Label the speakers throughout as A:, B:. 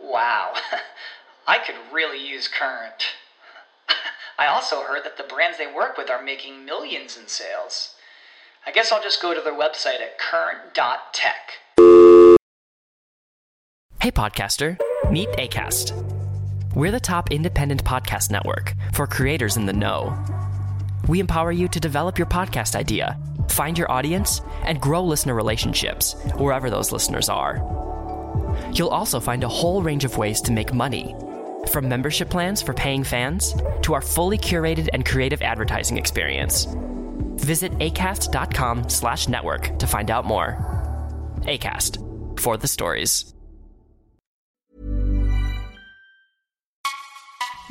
A: Wow. I could really use Current. I also heard that the brands they work with are making millions in sales. I guess I'll just go to their website at current.tech.
B: Hey, podcaster, meet ACAST. We're the top independent podcast network for creators in the know. We empower you to develop your podcast idea, find your audience, and grow listener relationships wherever those listeners are. You'll also find a whole range of ways to make money. From membership plans for paying fans to our fully curated and creative advertising experience. Visit acast.com slash network to find out more. Acast for the stories.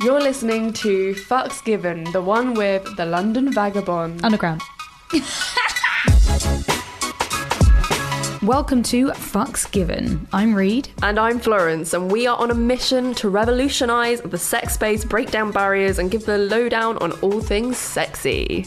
C: You're listening to Fucks Given, the one with the London Vagabond.
D: Underground. Welcome to Fucks Given. I'm Reed.
C: And I'm Florence, and we are on a mission to revolutionise the sex space, break down barriers, and give the lowdown on all things sexy.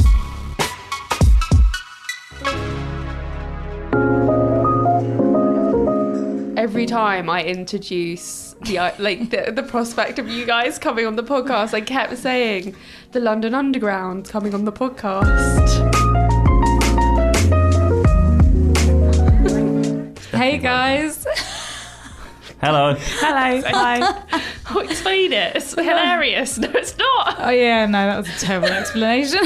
C: every time I introduce the uh, like the, the prospect of you guys coming on the podcast, I kept saying the London Underground coming on the podcast. hey guys.
E: Hello.
C: Hello. Hi. Oh, explain it. It's hilarious. No, it's not.
D: Oh yeah, no, that was a terrible explanation.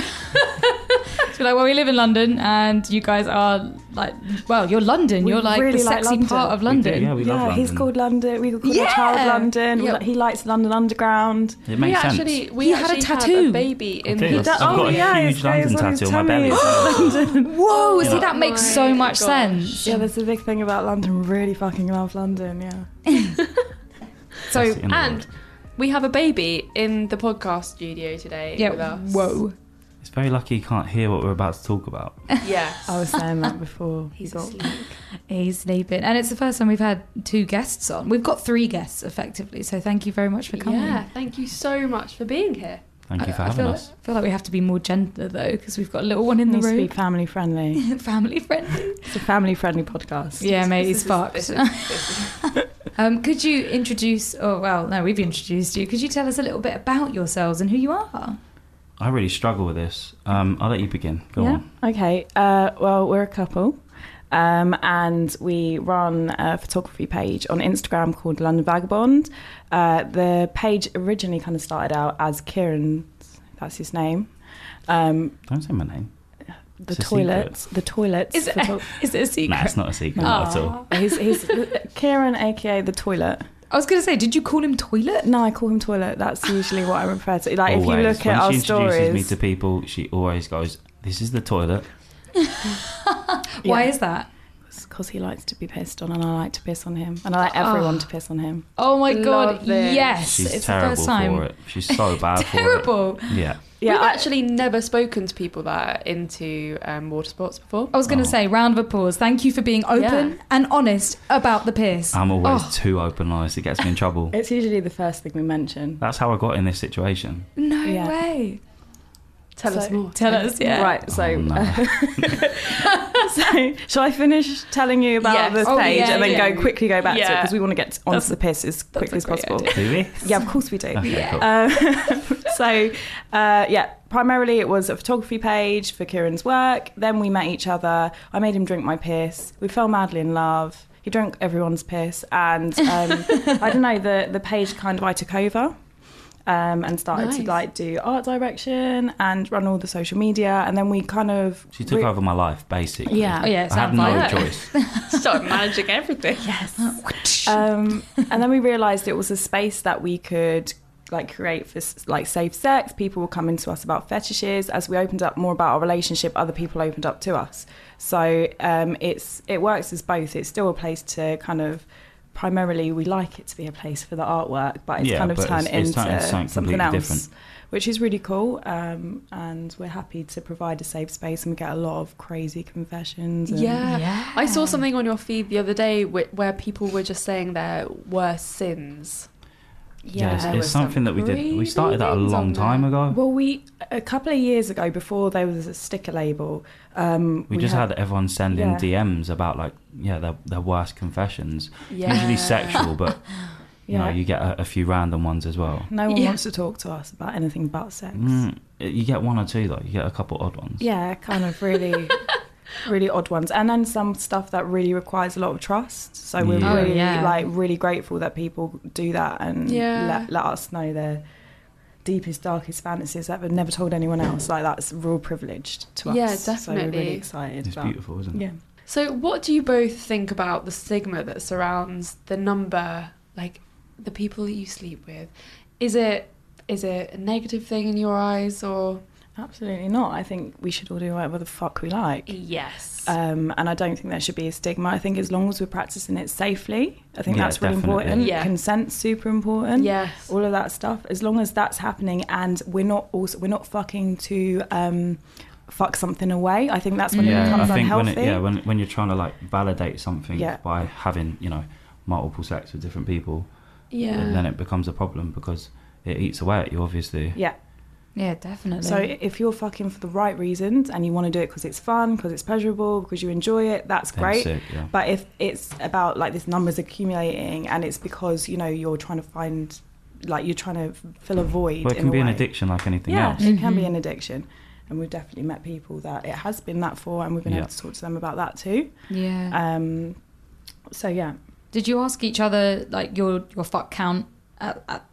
D: so like, well, we live in London, and you guys are like, well, you're London.
F: We
D: you're like
F: really
D: the
F: like
D: sexy
F: London.
D: part of
E: We do,
D: London.
E: yeah, we
F: yeah,
E: love London.
F: he's called London. We call
D: Yeah.
F: him Child London. We
D: Yeah.
F: li- He likes London Underground.
E: It makes
C: we
E: sense.
C: actually we
D: He had a
C: actually
D: tattoo.
C: a baby in
E: Okay,
C: the
E: I've got
F: Oh,
E: a
F: yeah,
E: huge
F: his
E: London
F: face on his
E: tattoo on my belly.
F: tummy.
D: Whoa, see
E: Yeah.
D: that makes
F: Oh
D: so
C: my
D: much
C: gosh.
D: sense.
F: Yeah, that's the big thing about London. We really fucking love London. Yeah.
D: So
E: That's the end of the
C: and
E: world.
C: we have a baby in the podcast studio today with
D: yeah,
C: us.
D: whoa.
E: It's very lucky you can't hear what we're about to talk about.
C: Yes.
F: I was saying that before. He's got
D: He's sleeping, and it's the first time we've had two guests on. We've got three guests effectively. So thank you very much for coming.
G: Yeah, thank you so much for being here.
E: Thank you
F: Uh,
E: for
D: I
E: having
D: feel,
E: us.
D: I feel like we have to be more gentler though, because we've got a little one in the
F: needs to be
D: room.
F: family friendly.
D: Family friendly.
F: It's a family friendly podcast.
D: Yeah, mate, he's
G: is-
D: fucked.
G: this is- this is-
D: um, could you introduce? Oh well, no, we've introduced you. Could you tell us a little bit about yourselves and who you are?
E: I really struggle with this. Um, I'll let you begin. Go
D: Yeah.
E: on.
F: Okay. Uh, well, we're a couple, um, and we run a photography page on Instagram called London Vagabond. Uh, the page originally kind of started out as Kieran's. That's his name. Um,
E: Don't say my name.
F: the
E: It's a
F: toilets. The toilets.
D: Is it,
F: photo-
D: is it a secret?
E: Nah, it's not a secret at all.
F: he's, he's Kieran, aka the toilet.
D: I was going to say, did you call him toilet?
F: No, I call him toilet. That's usually what I refer to. Like if you
E: Always.
F: look
E: when
F: at our
E: she introduces
F: stories,
E: me to people, she always goes, "This is the toilet."
D: Why
F: Yeah.
D: is that?
F: because he likes to be pissed on, and I like to piss on him, and I like everyone to piss on him.
D: Oh my god!
C: Love this.
D: Yes,
E: She's
D: it's the
E: terrible
D: first time.
E: for it. She's so bad for
D: Terrible.
E: it. Yeah.
F: Yeah,
C: We've
F: I-
C: actually never spoken to people that are into um, water sports before.
D: I was going to
E: Oh.
D: say, round of applause. Thank you for being open
C: Yeah.
D: and honest about the piss.
E: I'm always
D: Oh,
E: too open eyes. It gets me in trouble.
F: It's usually the first thing we mention.
E: That's how I got in this situation.
D: no
F: Yeah.
D: way.
C: Tell us more.
D: Tell us, yeah.
F: Right, so, uh,
E: Oh, no.
F: so
E: Um,
F: shall I finish telling you about
C: Yes.
F: this
D: Oh,
F: page
D: yeah,
F: and then
C: yeah.
F: go quickly go back to it
C: Yeah.
F: because we want to get onto the piss as
D: a
F: quickly as
D: great
F: possible.
E: Do we?
F: Yeah, of course we do.
E: Okay, cool.
F: Um, so, uh, yeah, primarily it was a photography page for Kieran's work. Then we met each other. I made him drink my piss. We fell madly in love. He drank everyone's piss. And um, I don't know, the, the page kind of I took over. um, and started to
C: Nice.
F: like do art direction and run all the social media. And then we kind of
E: She took
F: we-
E: over my life, basically.
F: Yeah.
D: Oh, yeah, it
E: I had
D: sounds
E: no
D: like it.
E: choice.
C: Start managing everything.
F: um, and then we realized it was a space that we could like create for s- like safe sex people were coming to us about fetishes as we opened up more about our relationship other people opened up to us so um, it's it works as both it's still a place to kind of primarily we like it to be a place for the artwork but it's
E: Yeah,
F: kind of
E: but
F: turned
E: it's- it's
F: into
E: turned into something
F: something, else
E: completely different.
F: which is really cool um, and we're happy to provide a safe space and we get a lot of crazy confessions and
C: Yeah.
D: Yeah.
C: I saw something on your feed the other day wh- where people were just saying their worst sins.
E: Yeah, it's,
F: there
E: it's
C: was
E: something
C: some
E: that we did. We
C: creepy
E: started that a
C: things
E: long
C: on there.
E: time ago.
F: Well, we a couple of years ago, before there was a sticker label, um,
E: We, just had, everyone sending
F: Yeah.
E: DMs about like yeah their, their worst confessions,
C: Yeah.
E: usually sexual, but you know
F: Yeah.
E: you get a, a few random ones as well.
F: no one
D: Yeah.
F: wants to talk to us about anything but sex.
E: Mm, you get one or two though. You get a couple odd ones.
F: Yeah, kind of really, really odd ones, and then some stuff that really requires a lot of trust. So we're
E: Yeah. Oh,
F: really
D: yeah.
F: like really grateful that people do that and
C: Yeah.
F: let, let us know their deepest, darkest fantasies that we've never told anyone else. Like that's real privileged to us.
C: Yeah,
F: So we're
C: definitely.
F: really excited.
E: It's
F: about-
E: beautiful, isn't it?
F: Yeah.
C: So, what do you both think about the stigma that surrounds the number, like the people that you sleep with? Is it is it a negative thing in your eyes or
F: Absolutely not. I think we should all do whatever the fuck we like.
C: yes?
F: Um, and I don't think there should be a stigma. I think as long as we're practicing it safely, I think
E: Yeah,
F: that's really
E: definitely.
F: important.
C: Yeah.
F: Consent's super important.
C: Yes.
F: All of that stuff. As long as that's happening and we're not also we're not fucking to um, fuck something away. I think that's when it
E: Yeah, I
F: becomes
E: think when
F: unhealthy.
E: it, yeah when when you're trying to like validate something
F: Yeah.
E: by having you know multiple sex with different people,
C: yeah.
E: then it becomes a problem because it eats away at you. Obviously,
F: Yeah.
D: Yeah, definitely.
F: So if you're fucking for the right reasons and you want to do it because it's fun, because it's pleasurable, because you enjoy it, that's
E: Then
F: great.
E: sick, yeah.
F: But if it's about like this numbers accumulating and it's because you know you're trying to find like you're trying to fill a void.
E: well, it
F: in
E: can
F: a
E: be an
F: way.
E: addiction like anything
F: yeah,
E: else.
F: it can be an addiction. And we've definitely met people that it has been that for, and we've been
E: Yeah.
F: able to talk to them about that too.
D: yeah.
F: Um, so yeah,
D: Did you ask each other like your your fuck count at, at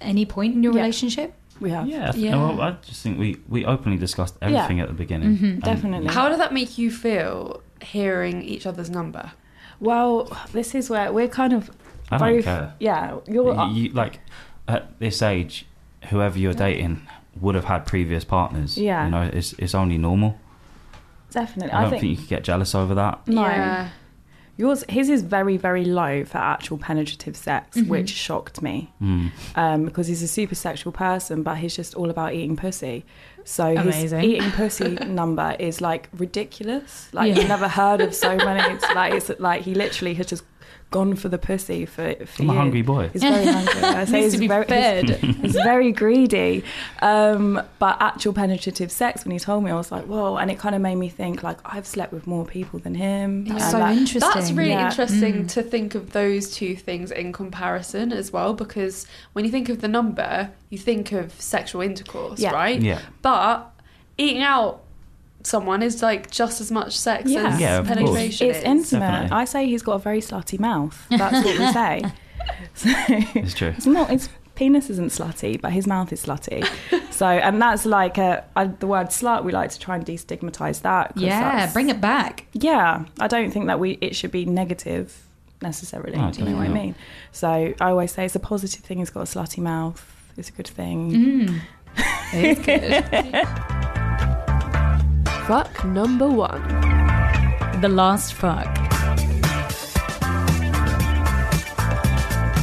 D: any point in your
F: Yeah.
D: relationship?
F: we have.
E: Yeah, I th-
C: Yeah.
E: Well, I just think we, we openly discussed everything at the beginning. And-
F: Mm-hmm. definitely.
C: How did that make you feel hearing each other's number?
F: Well, this is where we're kind of
E: I don't
F: both.
E: care.
F: Yeah, you're.
E: You, like at this age, whoever you're dating would have had previous partners.
F: Yeah.
E: you know, it's it's only normal.
F: definitely.
E: I,
F: I,
E: don't think, you could get jealous over that.
F: No.
C: Yeah.
F: Yours, his is very, very low for actual penetrative sex,
D: Mm-hmm.
F: which shocked me
E: Hmm.
F: um, because he's a super sexual person, but he's just all about eating pussy. So
D: Amazing.
F: his eating pussy number is like ridiculous. Like
D: Yeah.
F: you've never heard of so many. It's like it's like he literally has just gone for the pussy for. for
E: I'm a
F: years.
E: hungry boy.
F: He's very hungry. I say
D: Needs
F: he's
D: to be
F: very,
D: fed.
F: He's, he's very greedy. Um, but actual penetrative sex, when he told me, I was like, whoa. And it kind of made me think, like, I've slept with more people than him.
D: It's
F: And
D: so
F: that-
D: interesting.
C: That's really
F: Yeah. Mm.
C: interesting to think of those two things in comparison as well, because when you think of the number, you think of sexual intercourse,
F: Yeah.
C: right?
E: Yeah.
C: But eating out someone is like just as much sex
F: Yeah.
C: as
E: Yeah, of course.
C: penetration.
F: It's
C: is.
F: intimate.
E: Definitely.
F: I say he's got a very slutty mouth. That's what we say. So
E: It's true.
F: it's not. His penis isn't slutty, but his mouth is slutty. So, and that's like a, I, the word slut. We like to try and destigmatize that. 'cause
D: yeah,
F: that's-
D: bring it back.
F: Yeah, I don't think that we it should be negative necessarily.
E: No,
F: do you know what I
E: definitely
F: mean? So I always say it's a positive thing. He's got a slutty mouth. It's a good thing.
D: Mm-hmm. It's good.
C: Fuck number one.
D: the last fuck.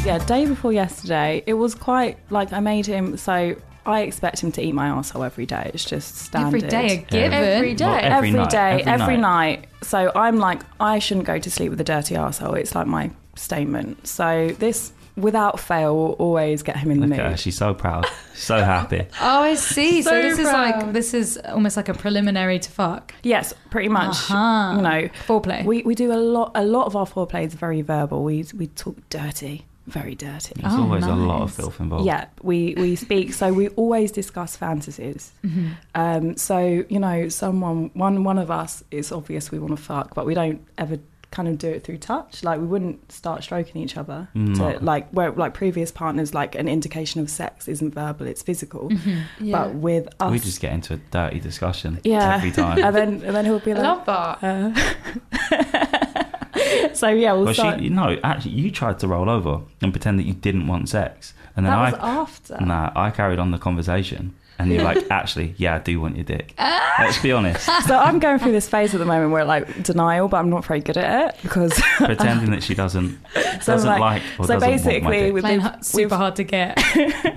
F: Yeah, day before yesterday, it was quite like I made him. So I expect him to eat my arsehole every day. It's just standard.
D: Every day a given.
C: Every day.
E: Well,
F: every
E: night,
F: day, every, night. So I'm like, I shouldn't go to sleep with a dirty arsehole. It's like my statement. So this, without fail, will always get him in the
E: Look
F: mood.
E: at her. She's so proud, so happy.
D: Oh, I see. So,
C: So
D: this is like
C: proud.
D: this is almost like a preliminary to fuck
F: Yes, pretty much.
D: Uh-huh.
F: You know,
D: foreplay.
F: we, we do a lot. A lot of our foreplay is very verbal. We we talk dirty, very dirty.
E: There's
D: Oh,
E: always a lot of
D: nice.
E: filth involved.
F: Yeah, we, we speak. So we always discuss fantasies.
C: Mm-hmm.
F: Um, so you know, someone one one of us it's obvious we want to fuck, but we don't ever kind of do it through touch. Like we wouldn't start stroking each other.
E: Mm.
F: So like where like previous partners, like an indication of sex isn't verbal, it's physical.
C: Mm-hmm. Yeah.
F: But with us,
E: We just get into a dirty discussion
F: yeah.
E: every time.
F: and then and then he'll be
C: I
F: like,
C: love that.
F: uh, so yeah, we'll
E: well,
F: start.
E: she no, actually, you tried to roll over and pretend that you didn't want sex, and then
F: that
E: I
F: was after.
E: nah, I carried on the conversation, and you're like, actually, yeah, I do want your dick. Let's be honest,
F: Ah. So I'm going through this phase at the moment where like denial, but I'm not very good at it because
E: pretending that she doesn't
F: So,
E: doesn't like, or
F: so
E: doesn't
F: basically,
E: want my dick.
F: we've,
D: Playing
F: we've-
D: h- super hard to get.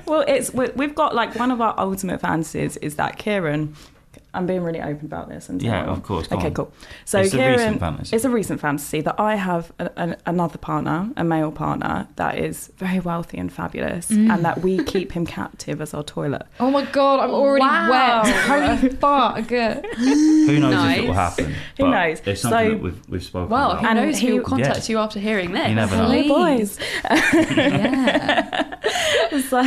F: well, it's we, we've got like one of our ultimate fantasies is that Kieran. I'm being really open about this. And
E: Yeah, of course, go
F: Okay,
E: on.
F: cool. So
E: It's a
F: Kieran,
E: recent fantasy.
F: it's a recent fantasy that I have a, an another partner, a male partner that is very wealthy and fabulous, and that we keep him captive as our toilet.
D: Oh my god, I'm already
C: Wow.
D: wet. Holy fuck.
E: Who knows if it will
C: Nice.
E: happen?
F: Who
E: but
F: knows?
E: It's something
F: So-
E: that we've, we've spoken
C: Well,
E: about.
C: who
F: And
C: knows who
F: he-
C: will contact
E: Yeah.
C: you after hearing this?
E: You never know.
D: Please.
F: Hello, boys. so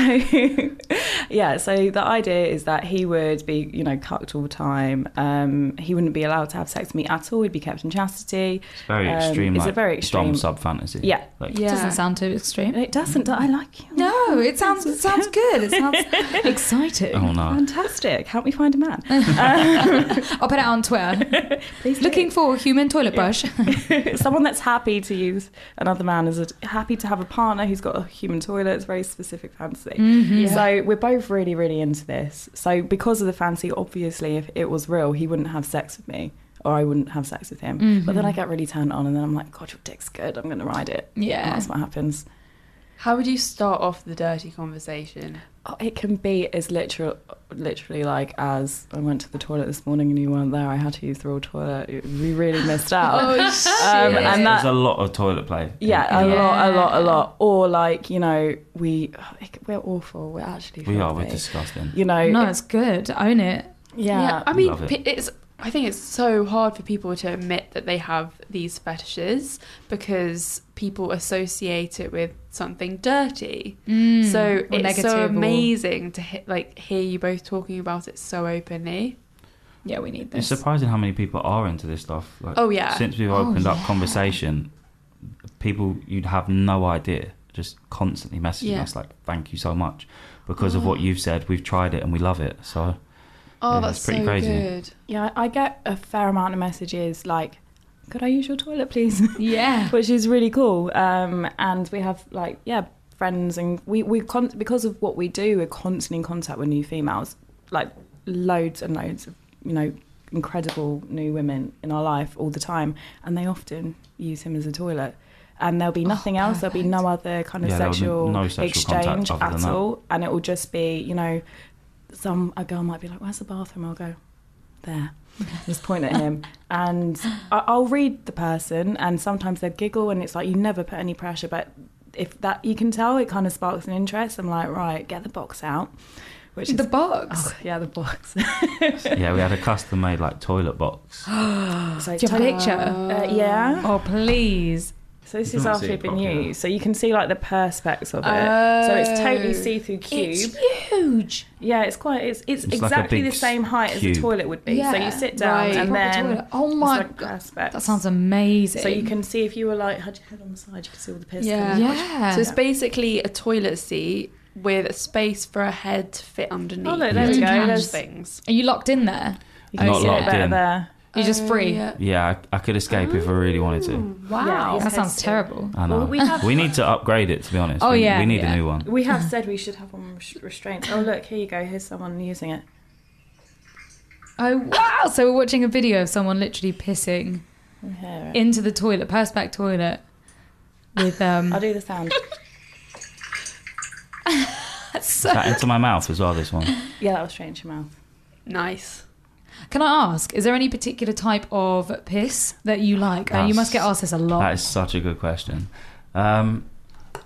F: yeah so the idea is that he would be you know cucked all the time um he wouldn't be allowed to have sex with me at all he'd be kept in chastity
E: It's very
F: Um,
E: extreme.
F: it's
E: like,
F: a very extreme
E: Dom sub fantasy.
F: Yeah.
E: Like,
C: Yeah.
D: Doesn't sound too extreme.
F: it doesn't i like you
D: No, it sounds it sounds good. It sounds exciting.
E: Oh no.
F: fantastic help me find a man
D: I'll put it on Twitter.
F: please do.
D: Looking for human toilet brush.
F: someone that's happy to use another man as a happy to have a partner who's got a human toilet it's a very specific fantasy so we're both really really into this so because of the fancy obviously if it was real he wouldn't have sex with me or I wouldn't have sex with him. But then I get really turned on and then I'm like, God, your dick's good. I'm going to ride it.
D: Yeah.
F: And that's what happens.
C: How would you start off the dirty conversation?
F: Oh, it can be as literal, literally like as I went to the toilet this morning and you weren't there. I had to use the real toilet. We really missed out.
C: Oh,
F: Um,
E: There's-
F: and that,
E: There's a lot of toilet play.
F: Yeah, a
E: In- in that.
F: lot, a lot, a lot. Or like you know, we we're awful. We're actually
E: We are. We're
F: filthy.
E: disgusting.
F: you know.
D: no, it's good. Own it.
F: yeah.
C: I mean,
E: Love it.
C: pe- it's. I think it's so hard for people to admit that they have these fetishes because people associate it with something dirty. so
D: or
C: it's
D: negative
C: so
D: or-
C: amazing to he- like hear you both talking about it so openly.
D: Yeah, we need this.
E: It's surprising how many people are into this stuff. Like,
C: Oh, yeah.
E: Since we've
D: Oh,
E: opened up
D: yeah.
E: conversation, people you'd have no idea just constantly messaging
C: Yeah.
E: us like, "Thank you so much." Because of what you've said, we've tried it and we love it. So
C: Oh,
E: Yeah,
C: that's,
E: it's pretty
C: so
E: crazy.
C: good.
F: yeah, I get a fair amount of messages like, "Could I use your toilet, please?"
D: Yeah.
F: Which is really cool. Um, and we have like yeah, friends and we we con- because of what we do, we're constantly in contact with new females, like loads and loads of you know incredible new women in our life all the time, and they often use him as a toilet. And there'll be nothing else. There'll be no other kind of
E: Yeah, there'll be
F: sexual,
E: no sexual
F: exchange
E: contact other than
F: at
E: that.
F: all, and it will just be you know, some a girl might be like, "Where's the bathroom?" I'll go, "There." just point at him and I, i'll read the person and sometimes they giggle and it's like you never put any pressure but if that you can tell it kind of sparks an interest i'm like right get the box out which
D: The
F: is
D: box.
F: Oh, yeah the box
E: yeah, we had a custom-made like toilet box.
F: so
D: Do you have a picture?
F: uh, yeah
D: Oh, please.
F: so this
E: You
F: is
E: can't
F: after
E: see it
F: it's been
E: properly.
F: used so you can see like the perspex of it so it's totally see-through cube
D: Oh. It's huge.
F: yeah it's quite it's it's,
E: It's like a
F: exactly
E: big
F: the same height
E: cube.
F: as a toilet would be so
D: Yeah,
F: you sit down
C: right.
F: and
D: Proper
F: then
D: toilet. Oh
F: it's
D: my
F: like
D: God.
F: perspex.
D: That sounds amazing.
F: So you can see if you were like had your head on the side, you could see all the piss.
C: Yeah.
F: coming out.
D: Yeah.
C: So it's basically a toilet seat with a space for a head to fit underneath.
F: Oh, look, there we
C: Those
F: go.
C: kinds of
F: There's-
C: things.
D: Are you locked in there?
F: You
E: Not
F: see it
E: locked
F: better
E: in.
F: there.
D: You're
F: Uh,
D: just free.
C: Yeah.
E: Yeah, I, I could escape if I really wanted
C: Oh.
E: to.
C: Wow.
F: Yeah.
D: That sounds terrible.
E: I know.
F: Well,
E: we,
F: we have-
E: need to upgrade it, to be honest.
D: Oh,
E: we,
D: yeah,
E: we need
D: yeah.
E: a new one.
F: We have said we should have one res- restraint. Oh look, here you go. Here's someone using it.
D: Oh wow! So we're watching a video of someone literally pissing
F: Here.
D: into the toilet, perspex toilet, with um.
F: I'll do the sound.
E: Is that into my mouth as well, this one?
F: Yeah, that was straight into your mouth.
C: Nice.
D: Can I ask? Is there any particular type of piss that you like? Uh, you must get asked this a lot.
E: That is such a good question. Um,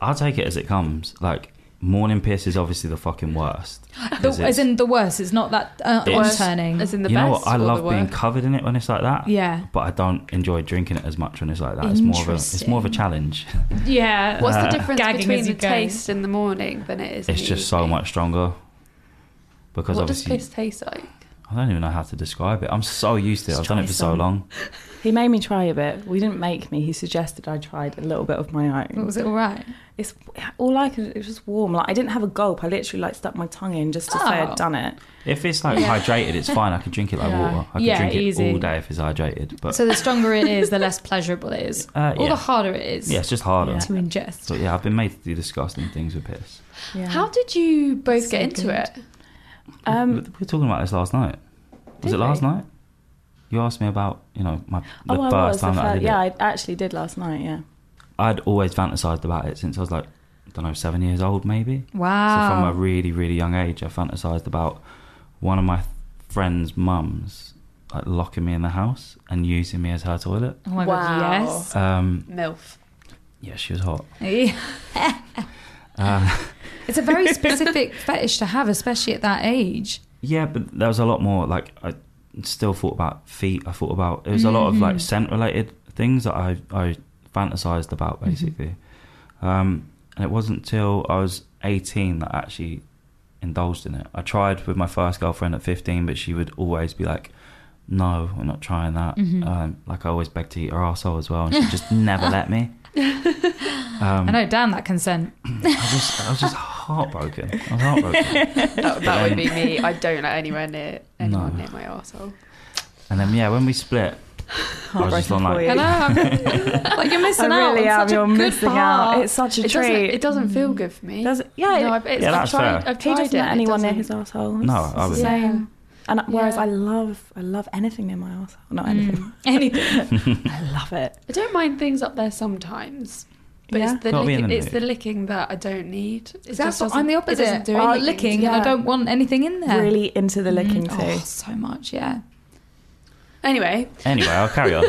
E: I'll take it as it comes. Like, morning piss is obviously the fucking worst.
D: The,
E: 'Cause
D: as
E: it's-
D: in the worst. It's not that uh,
E: It's-
D: arm
E: Worst.
D: turning.
C: As in the
E: you
C: best
E: know what? I
C: or
E: love
C: the
E: being
C: worst?
E: covered in it when it's like that.
D: Yeah.
E: But I don't enjoy drinking it as much when it's like that. It's more of a it's more of a challenge. Uh,
D: Yeah.
C: What's the difference
D: Gagging
C: between
D: as
C: the
D: you go.
C: taste in the morning than it is? in
E: It's
C: the
E: just so
C: evening?
E: much stronger. Because
C: What does
E: obviously
C: piss taste like?
E: I don't even know how to describe it. I'm so used to it. I've done it for
F: try
E: so
F: some.
E: long.
F: He made me try a bit. We didn't make me. He suggested I tried a little bit of my own.
D: Was it all right?
F: It's all I could. It was just warm. Like I didn't have a gulp. I literally like stuck my tongue in just to say
D: Oh.
F: I'd done it.
E: If it's like hydrated, it's fine. I could drink it like
F: Yeah.
E: water. I could
H: Yeah,
E: drink it
H: easy.
E: all day if it's hydrated. But
H: So the stronger it is, the less pleasurable it is,
E: Uh,
H: or
E: yeah.
H: the harder it is
E: yeah, it's just harder.
H: to ingest.
E: But yeah, I've been made to do disgusting things with piss.
F: Yeah.
C: How did you both get into
H: good.
C: it?
E: we
F: Um,
E: we were talking about this last night. Was
C: Did
E: it last
C: we?
E: night? You asked me about you know my the
F: oh,
E: first
F: I was. The
E: time that I
F: fir-
E: did
F: yeah,
E: it.
F: I actually did last night. Yeah.
E: I'd always fantasized about it since I was like I don't know seven years old maybe. So from
D: Wow.
E: a really, really young age, I fantasized about one of my friend's mums like locking me in the house and using me as her toilet.
H: Oh my
F: Wow.
H: god!
E: Um,
C: MILF.
E: yeah, she was hot.
H: Yes.
E: Uh,
D: it's a very specific fetish to have, especially at that age.
E: yeah, but there was a lot more. Like I still thought about feet. I thought about it was a lot of like scent related things that I I fantasized about basically. Um, and it wasn't till I was 18 that I actually indulged in it. I tried with my first girlfriend at 15, but she would always be like, "No, we're not trying that." Um, like I always begged to eat her asshole as well, and she just never let me. Um,
D: I know, damn that consent.
E: I just I was just heartbroken. I was heartbroken.
C: That, that would be me. I don't let anywhere near anyone
E: No.
C: near my arsehole.
E: And then yeah, when we split, I was just
F: Heartbreaking
E: on
F: for
E: like
F: you.
D: I know. I'm- like you're missing
F: I
D: out.
F: really
D: on
F: am.
D: Such
F: You're
D: a good
F: missing
D: part.
F: out. It's such a
C: It doesn't,
F: treat.
C: it doesn't feel good for me.
F: Does it? Yeah.
C: no,
F: it-
C: I've, it's,
E: Yeah,
C: I've
E: that's
C: tried,
E: fair.
C: I've
F: he
C: tried
F: doesn't
C: it.
F: let
C: It
F: anyone near
C: doesn't-
F: his asshole.
E: No,
F: It's-
E: I
F: it's the
E: wouldn't.
F: same. And whereas
C: Yeah. Mm.
F: I love, I love anything near my asshole. Not anything.
D: Anything.
F: I love it.
C: I don't mind things up there sometimes. But
F: Yeah.
C: it's, the
E: Gotta be in
C: licking,
E: the
C: it's
E: mood.
C: the licking that I don't need. It
D: That's
C: just
D: what, I'm the
C: doesn't- it
D: opposite.
C: doesn't do
D: I'm
C: anything
D: licking
C: to
D: and I
C: me.
D: don't want anything in there.
F: Really into the
C: Mm.
F: licking
D: Oh,
F: too.
D: so much, yeah.
C: Anyway,
E: Anyway, I'll carry on.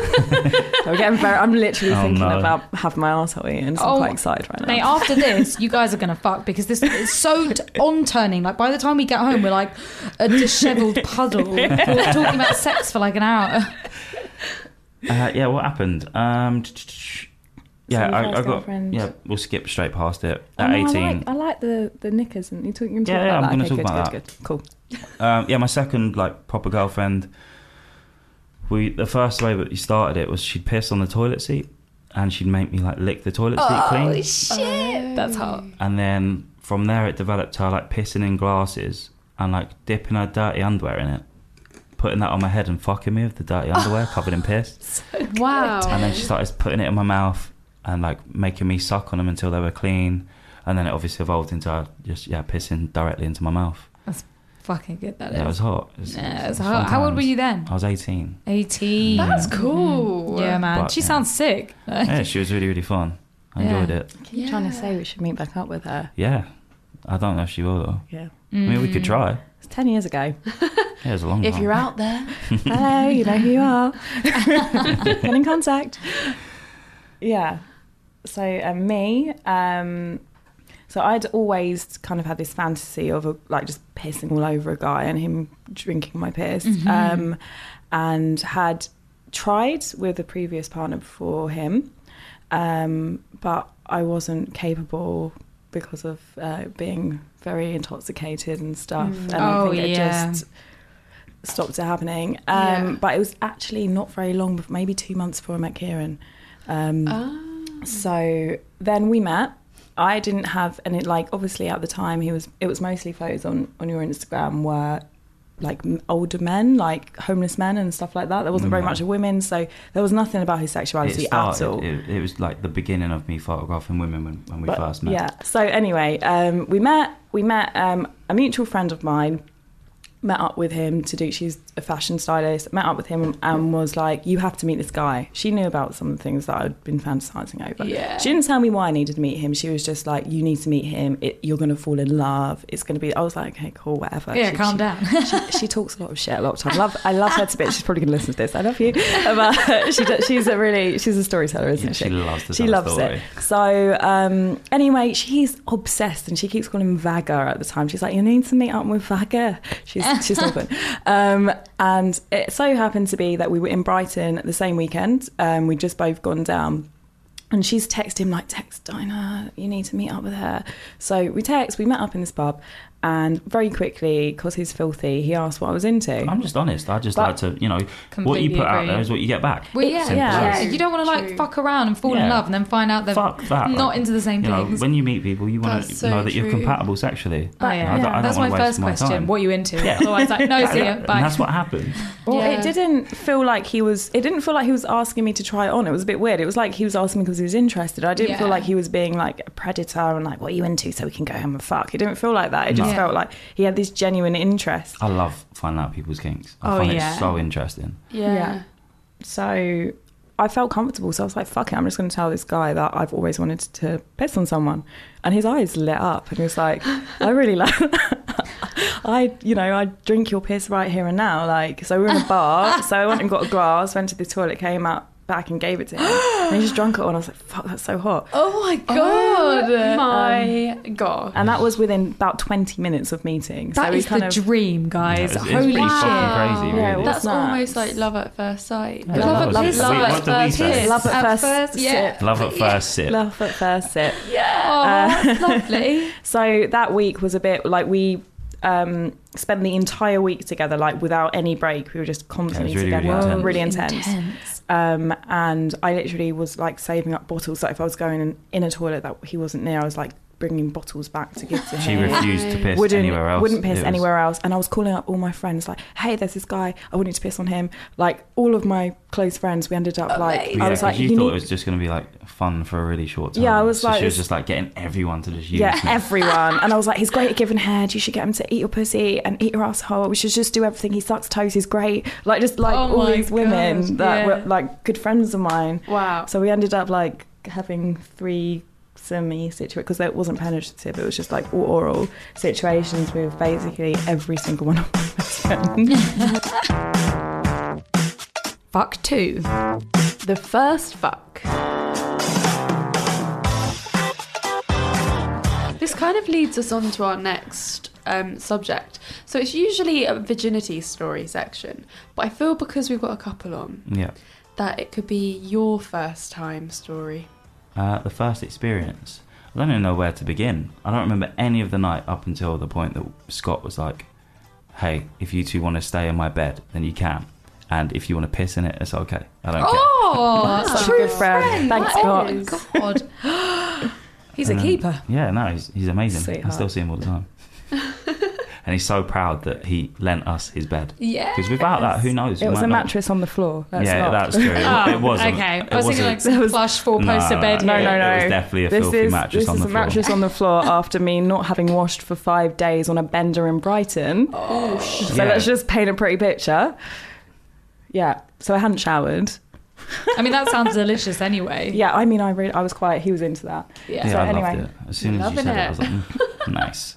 F: I'm getting very. I'm literally
E: Oh,
F: thinking
E: no.
F: about having my asshole eaten. So I'm
D: Oh,
F: quite excited right
D: Mate,
F: now.
D: after this, you guys are gonna fuck because this is so t- on turning. Like by the time we get home, we're like a dishevelled puddle. We're talking about sex for like an hour.
E: Uh, yeah, what happened? Um, t- t- t- yeah,
F: your
E: I, I
F: first
E: got.
F: girlfriend.
E: Yeah, we'll skip straight past it.
F: Oh,
E: At
F: no,
E: eighteen,
F: I like, I like the the knickers, and you talk, you can talk
E: Yeah, yeah,
F: about
E: I'm
F: that.
E: gonna
F: okay,
E: talk
F: good,
E: about
F: good, good, cool.
E: um, yeah, my second like proper girlfriend. We the first way that we started it was she'd piss on the toilet seat, and she'd make me like lick the toilet
F: Oh,
E: seat clean,
D: shit! That's hot.
E: and then from there it developed her like pissing in glasses and like dipping her dirty underwear in it, putting that on my head and fucking me with the dirty underwear covered in piss.
C: wow.
E: And then she started putting it in my mouth and like making me suck on them until they were clean. And then it obviously evolved into her just yeah pissing directly into my mouth.
D: Fucking good that is.
E: yeah, it was hot. It was-
D: Yeah,
E: it
D: it's
E: was
D: hot.
E: fun
D: How old
E: times.
D: were you then?
E: I was eighteen.
D: 18.
C: That's cool.
D: Mm-hmm. Yeah, man.
E: But,
D: she
E: yeah.
D: sounds sick.
E: Yeah, she was really really fun. I
D: Yeah.
E: enjoyed it.
F: Keep trying to say we should meet back up with her.
E: Yeah, I don't know if she will though.
F: Yeah,
E: I mean,
D: Mm.
E: we could try.
F: it's ten years ago.
E: Yeah, it was a long.
C: If
E: one.
C: you're out there,
F: Hello, you know who you are. Get in contact. Yeah. So um, me, um, so I'd always kind of had this fantasy of a, like just pissing all over a guy and him drinking my piss,
D: Mm-hmm.
F: um, and had tried with a previous partner before him, um, but I wasn't capable because of uh, being very intoxicated and stuff, and I
D: Oh,
F: think it
D: yeah.
F: just stopped it happening. Um,
C: Yeah.
F: But it was actually not very long, but maybe two months before I met Kieran. Um,
E: Mm.
F: So then we met. I didn't have, and it like obviously at the time he was. It was mostly photos on on your Instagram were like m- older men, like homeless men and stuff like that. There wasn't very
E: Mm.
F: much of women, so there was nothing about his
E: It
F: sexuality at all.
E: started. It, it was like the beginning of me photographing women when, when we
F: But-
E: first met.
F: Yeah. So anyway, um, we met. We met um, a mutual friend of mine. Met up with him to do. She's a fashion stylist. Met up with him and was like, "You have to meet this guy." She knew about some of the things that I'd been fantasizing over.
C: Yeah.
F: She didn't tell me why I needed to meet him. She was just like, "You need to meet him. It, you're gonna fall in love. It's gonna be." I was like, "Okay, cool, whatever."
D: Yeah,
F: She-
D: calm
F: she-
D: down.
F: she, she talks a lot of shit a lot of time. Love, I love her to bits. She's probably going to listen to this. I love you, but she, do- she's a really she's a storyteller, isn't
E: Yeah,
F: she?
E: she loves to
F: She
E: tell a
F: loves
E: story.
F: it. So um, anyway, she's obsessed, and she keeps calling him Vagger at the time. She's like, "You need to meet up with Vagger." She's she's open. Um, and it so happened to be that we were in Brighton the same weekend. Um, we'd just both gone down. And she's texted him like, text Dinah, you need to meet up with her. So we text, we met up in this pub, And very quickly, because he's filthy, he asked what I was into.
E: I'm just honest. I just
F: But-
E: like to, you know, what you
H: Completely
E: put out
H: agree.
E: there is what you get back.
H: Well, yeah,
E: Simple
H: yeah.
E: as.
H: You don't want to like
C: True.
H: fuck around and fall in
E: Yeah.
H: love and then find out that
E: Fuck that.
H: not
E: like,
H: into the same
E: you know,
H: things.
E: when you meet people, you want to
C: That's so
E: know that you're
C: true.
E: compatible sexually.
H: Oh, yeah.
E: I don't- I don't
H: That's my
E: wanna waste
H: first
E: my
H: question.
E: time.
H: What are you into?
E: Yeah.
H: Otherwise, like, no, see ya,
E: And
H: bye.
E: that's what happened.
F: Well,
C: Yeah.
F: it didn't feel like he was. It didn't feel like he was asking me to try it on. It was a bit weird. It was like he was asking me because he was interested. I didn't feel
H: Yeah.
F: like he was being like a predator and like, what are you into? So we can go home and fuck. It didn't feel like that. It just
H: No.
F: felt like he had this genuine interest.
E: I love finding out people's kinks. I
F: Oh,
E: find
F: yeah.
E: it so interesting.
C: Yeah.
F: Yeah. So I felt comfortable. So I was like, fuck it. I'm just going to tell this guy that I've always wanted to piss on someone. And his eyes lit up and he was like, I really like that. I, you know, I drink your piss right here and now. Like, so we were in a bar. so I went and got a glass, went to the toilet, came out back and gave it to him. And he just drunk it all. And I was like, fuck, that's so hot.
H: oh my god.
C: Oh
D: Um,
C: my god.
F: And that was within about 20 minutes of meeting.
H: that
F: so we
H: is
F: kind
H: the
F: of.
H: dream,
E: Yeah,
H: guys.
E: it's, it's
H: Holy
E: pretty fucking
H: shit.
E: crazy,
F: Yeah,
E: really.
F: it
C: That's
F: was nuts.
C: almost like love at first sight.
E: Yeah, Love at- that was love it. at What did we first say? kiss.
F: Love at first
H: yeah.
E: Love at first sip.
F: Love at first sip.
H: Oh, that's lovely.
F: So that week was a bit like we um, spent the entire week together, like without any break. We were just constantly
E: really, really
F: together,
E: intense.
F: intense.
H: Intense.
F: Um, and I literally was like saving up bottles. Like if I was going in, in a toilet that he wasn't near, I was like bringing bottles back to give to
E: She
F: him.
E: refused to piss
F: Wouldn't
E: anywhere else.
F: wouldn't
E: It
F: piss
E: was-
F: anywhere else, and I was calling up all my friends like, "Hey, there's this guy. I wanted to piss on him." Like all of my close friends, we ended up
D: Oh,
F: like
E: Yeah,
F: I was
E: 'cause
F: like,
E: you,
F: "You
E: thought
F: need
E: it was just going to be like fun for a really short time.
F: Yeah, I was
E: so
F: like-
E: she was just like getting everyone to just use
F: Yeah,
E: me.
F: everyone. And I was like, he's great at giving head. You should get him to eat your pussy and eat your asshole. We should just do everything. He sucks toes. He's great. Like, just like
H: Oh
F: all
H: my
F: these women
H: God,
F: that
H: yeah.
F: were like good friends of mine.
C: Wow.
F: So we ended up like having three semi situation because it wasn't penetrative. It was just like all oral situations with basically every single one of my best friends.
D: Fuck two.
C: The first fuck. This kind of leads us on to our next um, subject. So it's usually a virginity story section, but I feel because we've got a couple on
E: Yeah.
C: that it could be your first time story.
E: Uh, the first experience. I don't even know where to begin. I don't remember any of the night up until the point that Scott was like, "Hey, if you two want to stay in my bed, then you can, and if you want to piss in it, it's okay. I don't
H: Oh,
F: Such a
H: true
F: good friend. Thanks,
H: That
F: Scott.
H: is- God. He's a
E: Um,
H: keeper.
E: care." Yeah, no, he's, he's amazing. I
F: Sweetheart.
E: still see him all the time, and he's so proud that he lent us his bed
H: Yeah.
E: because without that, who knows?
F: It
E: we
F: was
E: might
F: a
E: not-
F: mattress on the floor. That's
E: yeah,
F: not.
E: that's true. It,
H: Oh,
E: it wasn't.
H: Okay.
E: It
H: I was thinking like
E: wasn't-
H: some plush four
E: No,
H: poster
E: no,
H: bed.
F: No,
E: it-
F: no, no.
E: It was definitely a
F: this
E: filthy
F: is,
E: mattress
F: this
E: on
F: is
E: the
F: a
E: floor.
F: mattress on the floor after me not having washed for five days on a bender in Brighton. so
E: Yeah.
F: let's just paint a pretty picture. Yeah. So I hadn't showered.
H: I mean, that sounds delicious anyway.
F: Yeah. I mean, I really, I was quiet. He was into that.
H: Yeah.
E: Yeah,
F: So
E: I
F: anyway.
E: loved it. As soon as you
C: Loving
E: said it.
C: it.
E: I was like, "Mm, nice.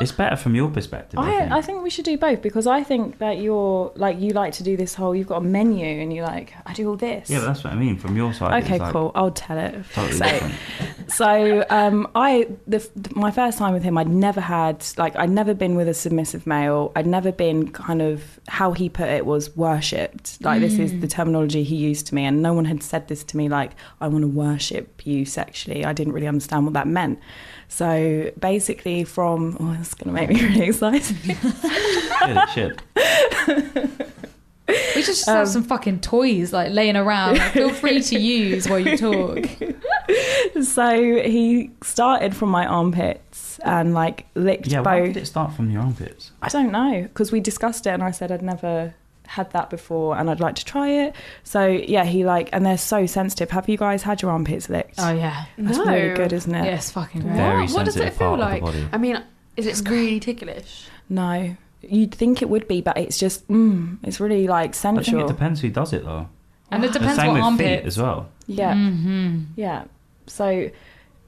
E: It's better from your perspective. I, think.
F: I, I think we should do both because I think that you're like you like to do this whole. You've got a menu and you're like, I do all this.
E: yeah, but that's what I mean. From your side,
F: okay,
E: it's like
F: cool. I'll tell it. for
E: Totally
F: fuck's sake.
E: different.
F: So um, I, the, f- my first time with him, I'd never had like I'd never been with a submissive male. I'd never been kind of how he put it was worshipped. Like this is the terminology he used to me, and no one had said this to me. Like I want to worship you sexually. I didn't really understand what that meant. So basically, from oh, it's gonna make me really excited.
E: Good, it should.
H: We should just have some fucking toys like laying around. Like, feel free to use while you talk.
F: so he started from my armpits and like licked
E: Yeah, why
F: both.
E: did it start from your armpits?
F: I don't know because we discussed it and I said I'd never had that before and I'd like to try it. So yeah, he like and they're so sensitive. Have you guys had your armpits licked?
H: Oh yeah.
F: That's
C: No.
F: really good, isn't it?
H: Yes, fucking
C: What?
H: great.
E: Very
C: What does
E: sensitive
C: it feel
E: part of the
C: like?
E: body.
C: I mean, is it really ticklish?
F: No, you'd think it would be, but it's just mm, it's really like
E: I think it
F: sensual.
E: depends who does it though.
H: And it depends
E: the same
H: what
E: with
H: armpit.
E: feet as well.
F: Yeah,
H: Mm-hmm.
F: yeah. So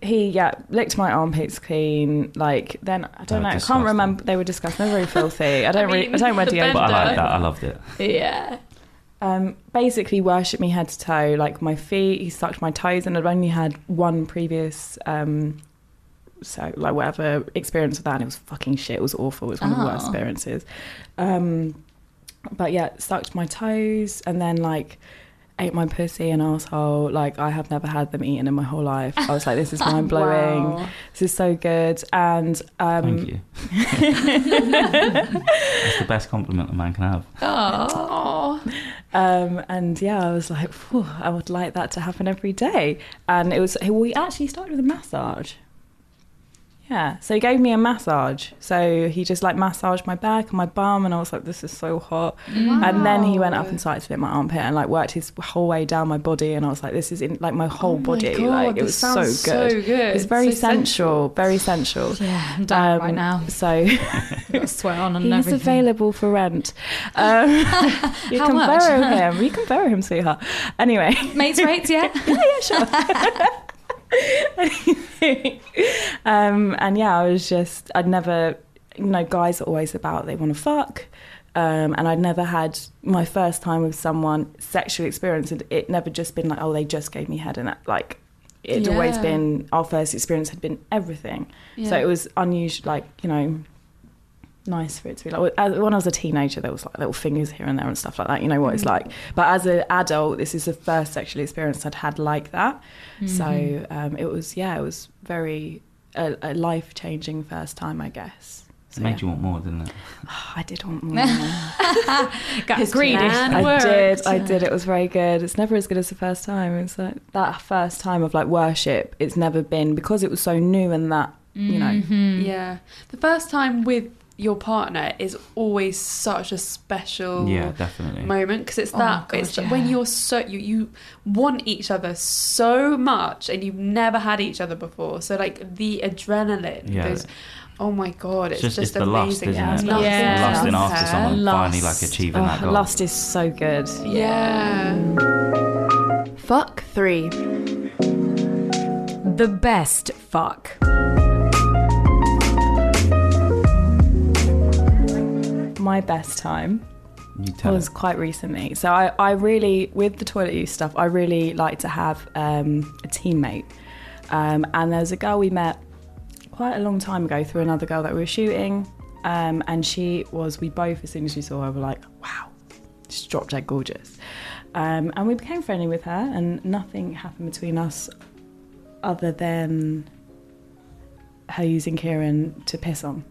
F: he yeah licked my armpits clean. Like then I don't
E: They were
F: know. I
E: disgusting.
F: can't remember. They were disgusting. They're very filthy. I don't really. I
H: mean,
F: don't wear
H: the
F: deodorant.
E: But I
H: Duh.
E: like that. I loved it.
H: Yeah.
F: um, basically worshipped me head to toe, like my feet. He sucked my toes, and I'd only had one previous, um, so like whatever experience with that, and it was fucking shit. It was awful. It was one of the worst
H: Oh.
F: experiences. Um, but yeah, sucked my toes, and then like ate my pussy and asshole like I have never had them eaten in my whole life. I was like, this is mind blowing.
H: Wow.
F: This is so good. And um,
E: Thank you. That's the best compliment a man can have.
H: Oh,
F: Um, and yeah, I was like, "Phew, I would like that to happen every day. And it was, we actually started with a massage. Yeah. So he gave me a massage. So he just like massaged my back and my bum. And I was like, this is so hot. And then he went up and started to lick my armpit and like worked his whole way down my body. And I was like, this is in like my whole body.
C: God,
F: like it
C: this
F: was so good.
C: sounds so good.
F: It was very
C: So
F: sensual, very sensual.
H: yeah, I'm down
F: Um,
H: right now.
F: So
H: Got sweat
C: Oh,
H: on and
F: He's
H: everything.
F: available for rent. Um, you
H: How
F: can
H: much?
F: borrow him. You can borrow him, sweetheart. Anyway,
H: Mates rates, yeah.
F: um, and yeah, I was just I'd never, you know, guys are always about they want to fuck, um, and I'd never had my first time with someone sexual experience. It, it never just been like oh they just gave me head and that like. It'd always
C: Yeah.
F: been our first experience had been everything, so
C: Yeah.
F: it was unusual. Like you know, nice for it to be like as- when I was a teenager, there was like little fingers here and there and stuff like that. You know what it's like. But as an adult, this is the first sexual experience I'd had like that. So um, it was yeah, it was very a, a life changing first time, I guess.
E: It
F: So,
E: made
F: yeah.
E: you want more, didn't it?
F: Oh, I did want more.
H: Got greedy.
C: man.
F: I
C: worked.
F: did. I did. It was very good. It's never as good as the first time. It's like that first time of like worship. It's never been because it was so new and that you know.
C: Yeah. The first time with your partner is always such a special
E: Yeah, definitely.
C: moment because it's
H: Oh
C: that
H: my
C: it's
H: God,
C: that when
H: yeah.
C: you're so you you want each other so much and you've never had each other before. So like the adrenaline
E: Yeah.
C: those Oh my god, it's
E: just-
C: just,
E: it's the lust,
C: amazing.
E: isn't it?
C: Nothing
H: Yeah.
E: Lust
H: Lusting
E: and
C: compares.
E: after someone finally like
F: Lust.
E: achieving that
F: Oh,
E: goal.
F: Lust is so good.
C: Yeah.
G: Fuck three.
D: The best fuck.
F: My best time.
E: You tell
F: was
E: it.
F: quite recently. So I, I really, with the toilet use stuff, I really like to have um, a teammate. Um, and there was a girl we met quite a long time ago through another girl that we were shooting. Um, and she was, we both, as soon as we saw her, were like, wow, she's drop dead gorgeous. Um, and we became friendly with her, and nothing happened between us other than her using Kieran to piss on.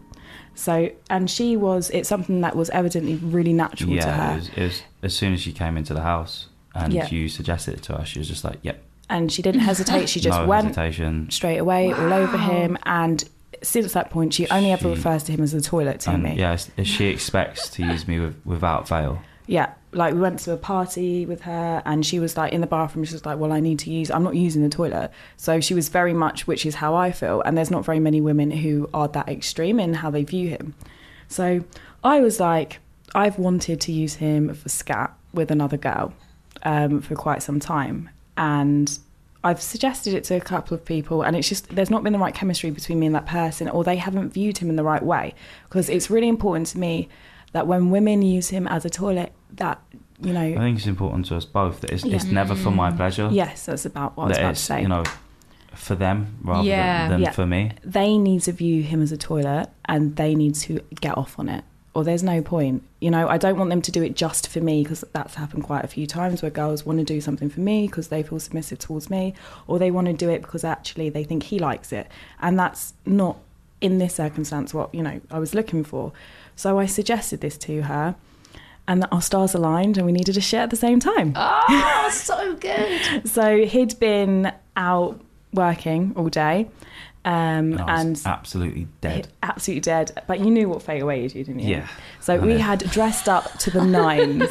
F: So, and she was, it's something that was evidently really natural to
E: Yeah,
F: her.
E: it was, it was as soon as she came into the house and
F: Yeah.
E: you suggested it to her, she was just like, "Yep,
F: and she didn't hesitate. She just
E: no
F: went
E: hesitation."
F: straight away all over him. And since that point, she only ever
E: She-
F: refers to him as the toilet to
E: And
F: me.
E: yeah, it's- she expects to use me with, without fail.
F: Yeah, like we went to a party with her, and she was like in the bathroom. She was like, "Well, I need to use. I'm not using the toilet." So she was very much, which is how I feel. And there's not very many women who are that extreme in how they view him. So I was like, I've wanted to use him for scat with another girl um, for quite some time, and I've suggested it to a couple of people, and it's just there's not been the right chemistry between me and that person, or they haven't viewed him in the right way. Because it's really important to me that when women use him as a toilet, that you know,
E: I think it's important to us both that it's, it's never for my pleasure.
F: yes, that's about what I was
E: that
F: about to
E: it's
F: say.
E: you know for them rather
H: Yeah.
E: than, than
F: Yeah.
E: for me.
F: they need to view him as a toilet and they need to get off on it or there's no point you know i don't want them to do it just for me because that's happened quite a few times where girls want to do something for me because they feel submissive towards me or they want to do it because actually they think he likes it and that's not in this circumstance what you know i was looking for so i suggested this to her and our stars aligned and we needed a shit at the same time
H: Oh, so good.
F: so he'd been out working all day um,
E: And, I
F: and
E: was absolutely dead.
F: absolutely dead. But you knew what fate awaited you, didn't you?
E: Yeah,
F: So
E: I
F: we
E: know.
F: had dressed up to the nines.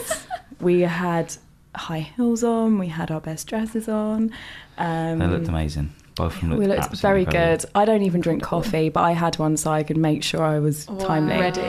F: we had high heels on. We had our best dresses on. Um,
E: They looked amazing. Both of them looked
F: we looked
E: absolutely
F: very
E: incredible.
F: good. I don't even drink coffee, but I had one so I could make sure I was timely.
H: Ready.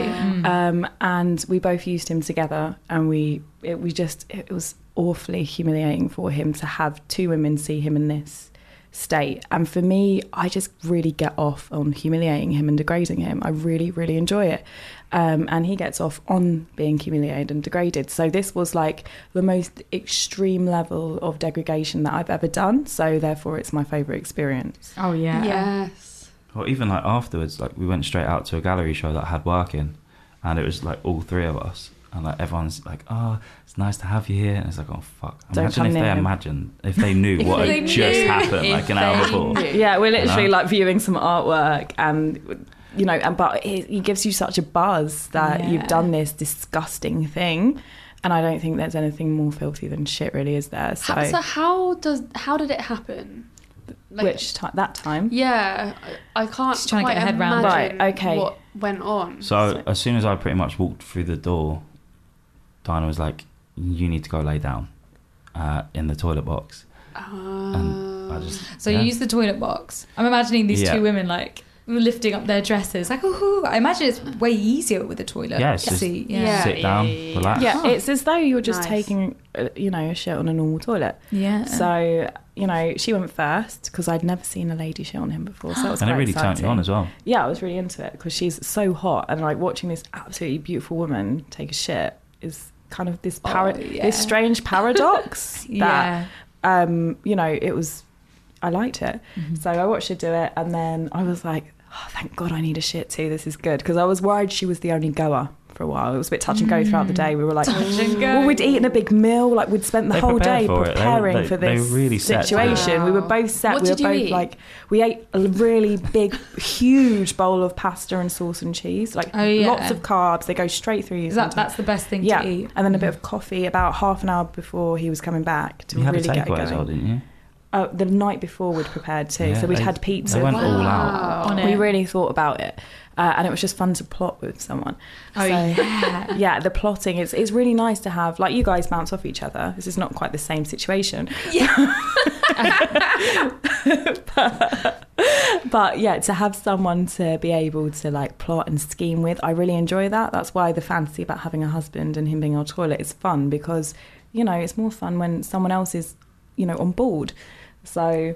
F: Um, and we both used him together, and we it, we just it was awfully humiliating for him to have two women see him in this state. And for me, I just really get off on humiliating him and degrading him. I really really enjoy it, um, and he gets off on being humiliated and degraded. So this was like the most extreme level of degradation that I've ever done. So therefore, it's my favorite experience.
H: Oh yeah.
C: Yes.
E: Or even like afterwards, like we went straight out to a gallery show that I had working, and it was like all three of us, and like everyone's like, "Oh, it's nice to have you here," and it's like, "Oh fuck!"
F: Don't
E: Imagine
F: come
E: if they
F: near him.
E: imagined if they knew what
H: they
E: had just
H: knew.
E: happened
H: If
E: like an hour
H: they
E: before.
H: knew.
F: Yeah, we're literally
E: Hello?
F: like viewing some artwork and you know, and but it, it gives you such a buzz that
H: Yeah.
F: you've done this disgusting thing. And I don't think there's anything more filthy than shit, really, is there? So,
C: How, so how does how did it happen? Like,
F: which time? That time?
C: Yeah, I I can't
H: Just trying to
C: quite
H: get her head round
C: imagine
H: it.
F: Right, okay.
C: what went on.
E: So, as soon as I pretty much walked through the door, Diana was like, "You need to go lay down uh, in the toilet box," and um, I just
H: So
E: yeah.
H: you use the toilet box. I'm imagining these
E: Yeah.
H: two women like lifting up their dresses, like oh, I imagine it's way easier with a toilet.
E: Yeah, it's just-
H: seat,
C: Yeah.
H: yeah,
E: sit down, relax.
F: Yeah,
H: Oh.
F: it's as though you're just
C: Nice.
F: taking, uh, you know, a shit on a normal toilet.
H: yeah.
F: So, you know, she went first because I'd never seen a lady shit on him before. So that was
E: and it
F: quite
E: really
F: exciting.
E: turned you on as well.
F: Yeah, I was really into it because she's so hot and like watching this absolutely beautiful woman take a shit is kind of this para-
H: Oh, yeah.
F: this strange paradox that
H: yeah.
F: um, you know, it was, I liked it. So I watched her do it, and then I was like, oh, thank God I need a shit too. This is good. Because I was worried she was the only goer for a while. It was a bit touch and go throughout the day. We were like, well, we'd eaten a big meal. Like, we'd spent the
E: They
F: whole
E: prepared
F: day
E: for it. They were-
F: preparing
E: they-
F: for
E: they
F: this
E: were really set to
F: situation.
C: it.
F: We were both set.
C: What
F: we were
C: did you
F: both
C: eat?
F: like, we ate a really big, huge bowl of pasta and sauce and cheese. Like,
H: Oh, yeah.
F: lots of carbs. They go straight through you.
H: Is that
F: sometimes.
H: that's the best thing
F: yeah,
H: to eat? Mm.
F: and then a bit of coffee about half an hour before he was coming back to
E: You had
F: really
E: a
F: get
E: takeaway
F: going.
E: as well, didn't you?
F: Uh, the night before we'd prepared too,
E: Yeah,
F: so we'd
E: they-
F: had pizza.
E: They went all out.
H: Oh, on it.
F: Oh, we really thought about it, uh, and it was just fun to plot with someone.
H: Oh,
F: so,
H: yeah.
F: yeah, the plotting it's it's really nice to have. Like you guys bounce off each other. This is not quite the same situation. but, but yeah, to have someone to be able to like plot and scheme with, I really enjoy that. That's why the fantasy about having a husband and him being on toilet is fun because you know it's more fun when someone else is you know on board. So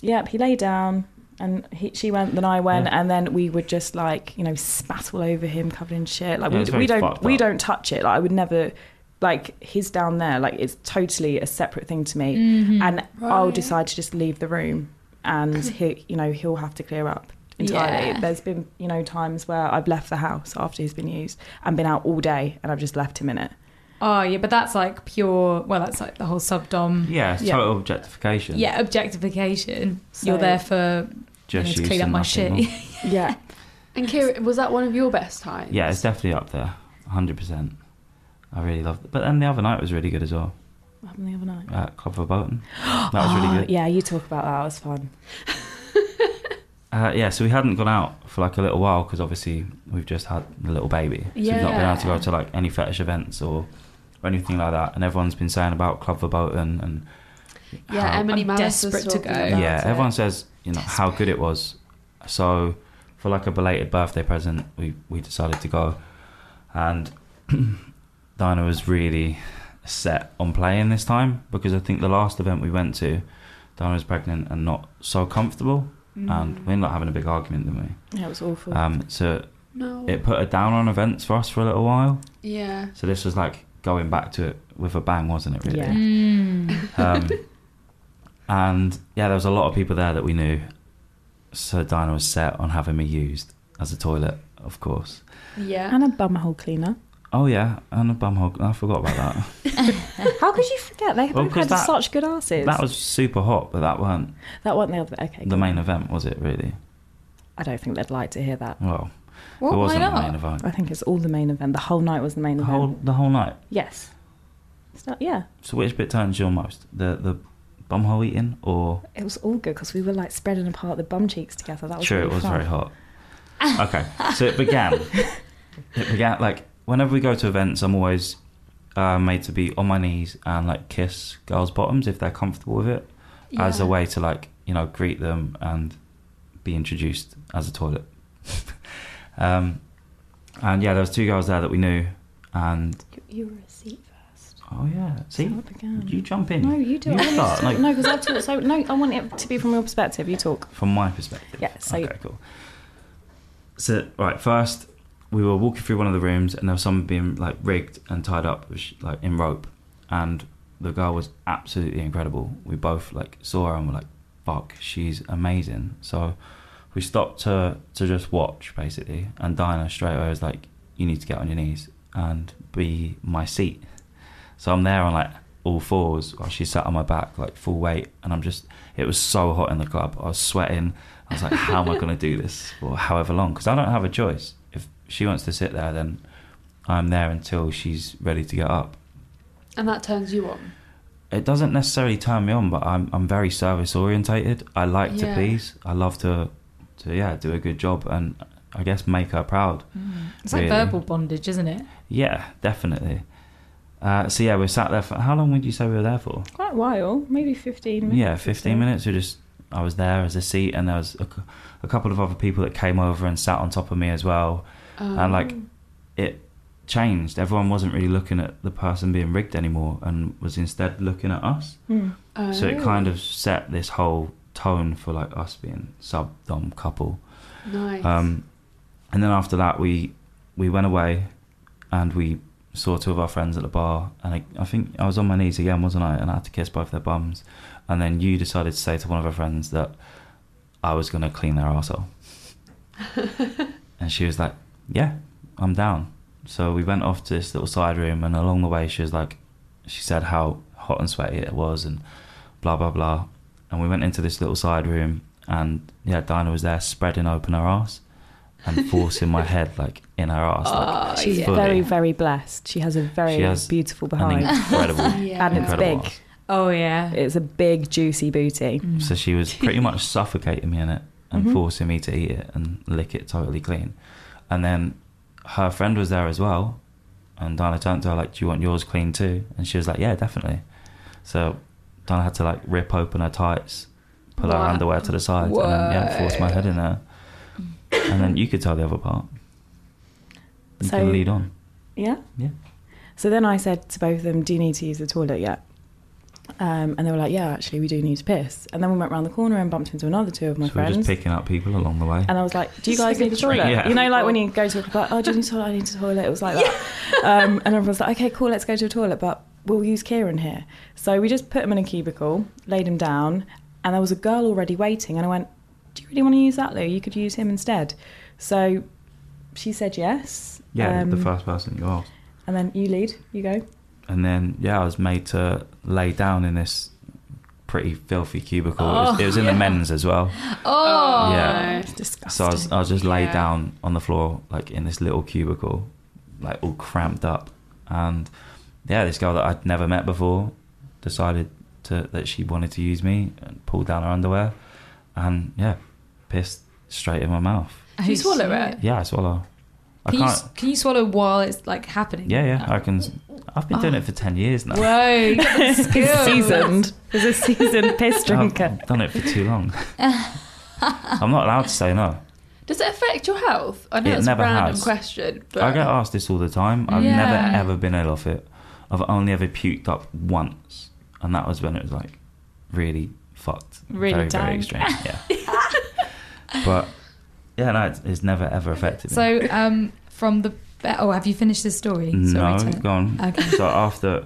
F: yep, he lay down. And he, she went, then I went, and then we would just like, you know, spat all over him, covered in shit. Like
E: Yeah,
F: we,
E: it's very
F: we don't
E: fucked
F: we
E: up.
F: don't touch it. Like I would never like his down there. Like it's totally a separate thing to me, and I'll decide to just leave the room, and he you know he'll have to clear up entirely.
H: Yeah.
F: There's been you know times where I've left the house after he's been used and been out all day, and I've just left him in it.
H: Oh yeah, but that's like pure. Well, that's like the whole subdom.
E: Yeah, it's
F: Yeah.
E: total objectification.
H: Yeah, objectification.
F: So-
H: You're there for
E: just
H: Just
E: use
H: clean up
E: and
H: my
E: nothing
H: shit.
E: more.
F: Yeah,
C: and Kira, was that one of your best times?
E: yeah, it's definitely up there, hundred percent. I really loved it. But then the other night was really good as well
F: what happened the other night?
E: at Club Verboten. That was
H: Ah,
E: really good.
F: Uh, Yeah, you talk about that. It was fun.
E: Uh, yeah, so we hadn't gone out for like a little while because obviously we've just had the little baby. So we've not been able to go to like any fetish events or, or anything like that. And everyone's been saying about Club Verboten and
C: yeah.
E: how-
C: Emily
H: I'm
C: Malice was
H: desperate to
C: talking
H: go.
C: about
E: yeah,
C: it.
E: everyone says you know how good it was. So for like a belated birthday present, we we decided to go, and Dinah was really set on playing this time because I think the last event we went to, Dinah was pregnant and not so comfortable,
C: Mm-hmm.
E: and we ended up having a big argument, didn't
F: Yeah, it was
E: we?
F: awful.
E: Um, so
C: No.
E: it put her down on events for us for a little while.
C: yeah.
E: So this was like going back to it with a bang, wasn't it? Really.
F: Yeah.
H: Mm.
E: Um, and yeah, there was a lot of people there that we knew. So Dinah was set on having me used as a toilet, of course.
C: Yeah.
F: and a bumhole cleaner.
E: Oh yeah, and a bumhole. I forgot about that.
F: How could you forget? They
E: Well,
F: both
E: 'cause
F: had
E: that-
F: such good asses.
E: that was super hot, but that weren't
F: that wasn't the other. Okay,
E: the main event, was it? Really?
F: I don't think they'd like to hear that.
E: Well,
H: Well,
E: it
H: why
E: wasn't the
H: not?
E: main event.
F: I think it's all the main event. The whole night was the main
E: The
F: event.
E: whole the whole night.
F: Yes. It's not, yeah,
E: So which bit turns you on most? The the bumhole eating or
F: it was all good because we were like spreading apart the bum cheeks together. That was
E: Sure,
F: really
E: it was
F: fun.
E: very hot. Okay, so it began. it began like whenever we go to events, I'm always uh, made to be on my knees and like kiss girls' bottoms if they're comfortable with it, as a way to like you know greet them and be introduced as a toilet. um, and yeah, there was two girls there that we knew, and
F: You, you were a seat first.
E: oh yeah, see,
F: So it began.
E: you jump in.
F: No, you do. it.
E: You
F: I want you
E: start,
F: to
E: like-
F: talk. No, because I've talked. So no, I want it to be from your perspective. You talk.
E: From my perspective.
F: Yeah, so-
E: okay, cool. So right, first we were walking through one of the rooms, and there was someone being like rigged and tied up, with sh- like in rope, and the girl was absolutely incredible. We both like saw her and were like, "Fuck, she's amazing." So we stopped to to just watch basically, and Dinah straight away was like, "You need to get on your knees." and be my seat. So I'm there on like all fours while she sat on my back, like full weight, and I'm just. It was so hot in the club. I was sweating. I was like, "How am I going to do this for however long?" Because I don't have a choice. If she wants to sit there, then I'm there until she's ready to get up.
C: And that turns you on.
E: It doesn't necessarily turn me on, but I'm I'm very service orientated. I like
C: Yeah.
E: to please. I love to to yeah do a good job and I guess make her proud.
D: Mm.
H: It's like
E: Really.
H: verbal bondage, isn't it?
E: Yeah, definitely. Uh, so yeah, we sat there for how long would you say we were there for?
F: Quite a while, maybe 15 minutes.
E: Yeah,
F: or
E: fifteen
F: so.
E: minutes. We just I was there as a seat, and there was a, cou- a couple of other people that came over and sat on top of me as well, and like
F: Oh.
E: it changed. Everyone wasn't really looking at the person being rigged anymore, and was instead looking at us.
F: Hmm.
E: So
F: Oh.
E: it kind of set this whole tone for like us being sub dom couple.
C: Nice.
E: Um, and then after that, we we went away, and we saw two of our friends at the bar. And I, I think I was on my knees again, wasn't I? And I had to kiss both their bums. And then you decided to say to one of her friends that I was going to clean their arsehole. and she was like, "Yeah, I'm down." So we went off to this little side room, and along the way, she was like, she said how hot and sweaty it was, and blah blah blah. And we went into this little side room, and yeah, Dinah was there spreading open her ass and forcing my head like in her ass. Like,
F: She's
E: fully.
F: Ah, very, very blessed. She has a very
E: She has
F: beautiful
E: an
F: behind.
E: incredible,
C: Yeah.
F: And it's
E: incredible
F: big.
E: ass.
H: Oh yeah.
F: It's a big, juicy booty.
E: So she was pretty much suffocating me in it and
F: Mm-hmm.
E: forcing me to eat it and lick it totally clean. And then her friend was there as well. And Donna turned to her like, "Do you want yours clean too?" And she was like, "Yeah, definitely." So Donna had to like rip open her tights, pull her
C: Wow.
E: underwear to the side, and then, yeah, force my head in there. And then you could tell the other part. You
F: So-
E: can lead on.
F: Yeah?
E: Yeah.
F: So then I said to both of them, Do you need to use the toilet yet? Um, and they were like, Yeah, actually, we do need to piss. And then we went round the corner and bumped into another two of my
E: So we're
F: friends.
E: just picking up people along the way.
F: And I was like, "Do you guys need a toilet?"
E: Yeah.
F: You know, like when you go to a club, "Oh, do you need a toilet? I need a toilet." It was like that. Um, and everyone's like, "Okay, cool, let's go to a toilet, but we'll use Kieran here." So we just put him in a cubicle, laid him down, and there was a girl already waiting. And I went, "Do you really want to use that, Lou? You could use him instead." So she said yes.
E: yeah,
F: Um,
E: the first person you asked.
F: And then you lead, you go.
E: and then yeah, I was made to lay down in this pretty filthy cubicle. it, was, it was in the men's as well.
H: Oh.
E: yeah.
F: It's disgusting.
E: So I was, I was just laid
C: Yeah.
E: down on the floor, like in this little cubicle, like all cramped up. And yeah, this girl that I'd never met before decided to that she wanted to use me and pulled down her underwear, and yeah, pissed straight in my mouth.
H: Can you swallow it?
E: Yeah, I swallow. I
H: Can you,
E: can't.
H: s- can you swallow while it's like happening?
E: Yeah, yeah, I can. s- I've been doing it for ten years now.
H: oh. Whoa, you got the skills.
F: seasoned. He's a seasoned piss
E: Oh,
F: drinker.
E: I've done it for too long. I'm not allowed to say no.
C: Does it affect your health? I know
E: It
C: it's
E: never
C: a random
E: has.
C: question, but
E: I get asked this all the time. I've
H: Yeah.
E: never ever been ill off it. I've only ever puked up once, and that was when it was like really fucked,
F: Really
E: very
F: down.
E: very extreme. Yeah, but yeah, no, it's, it's never ever affected me.
H: So, um, from the be- oh, have you finished this story?
E: no,
H: Sorry,
E: it's
H: to-
E: gone.
H: Okay.
E: So after,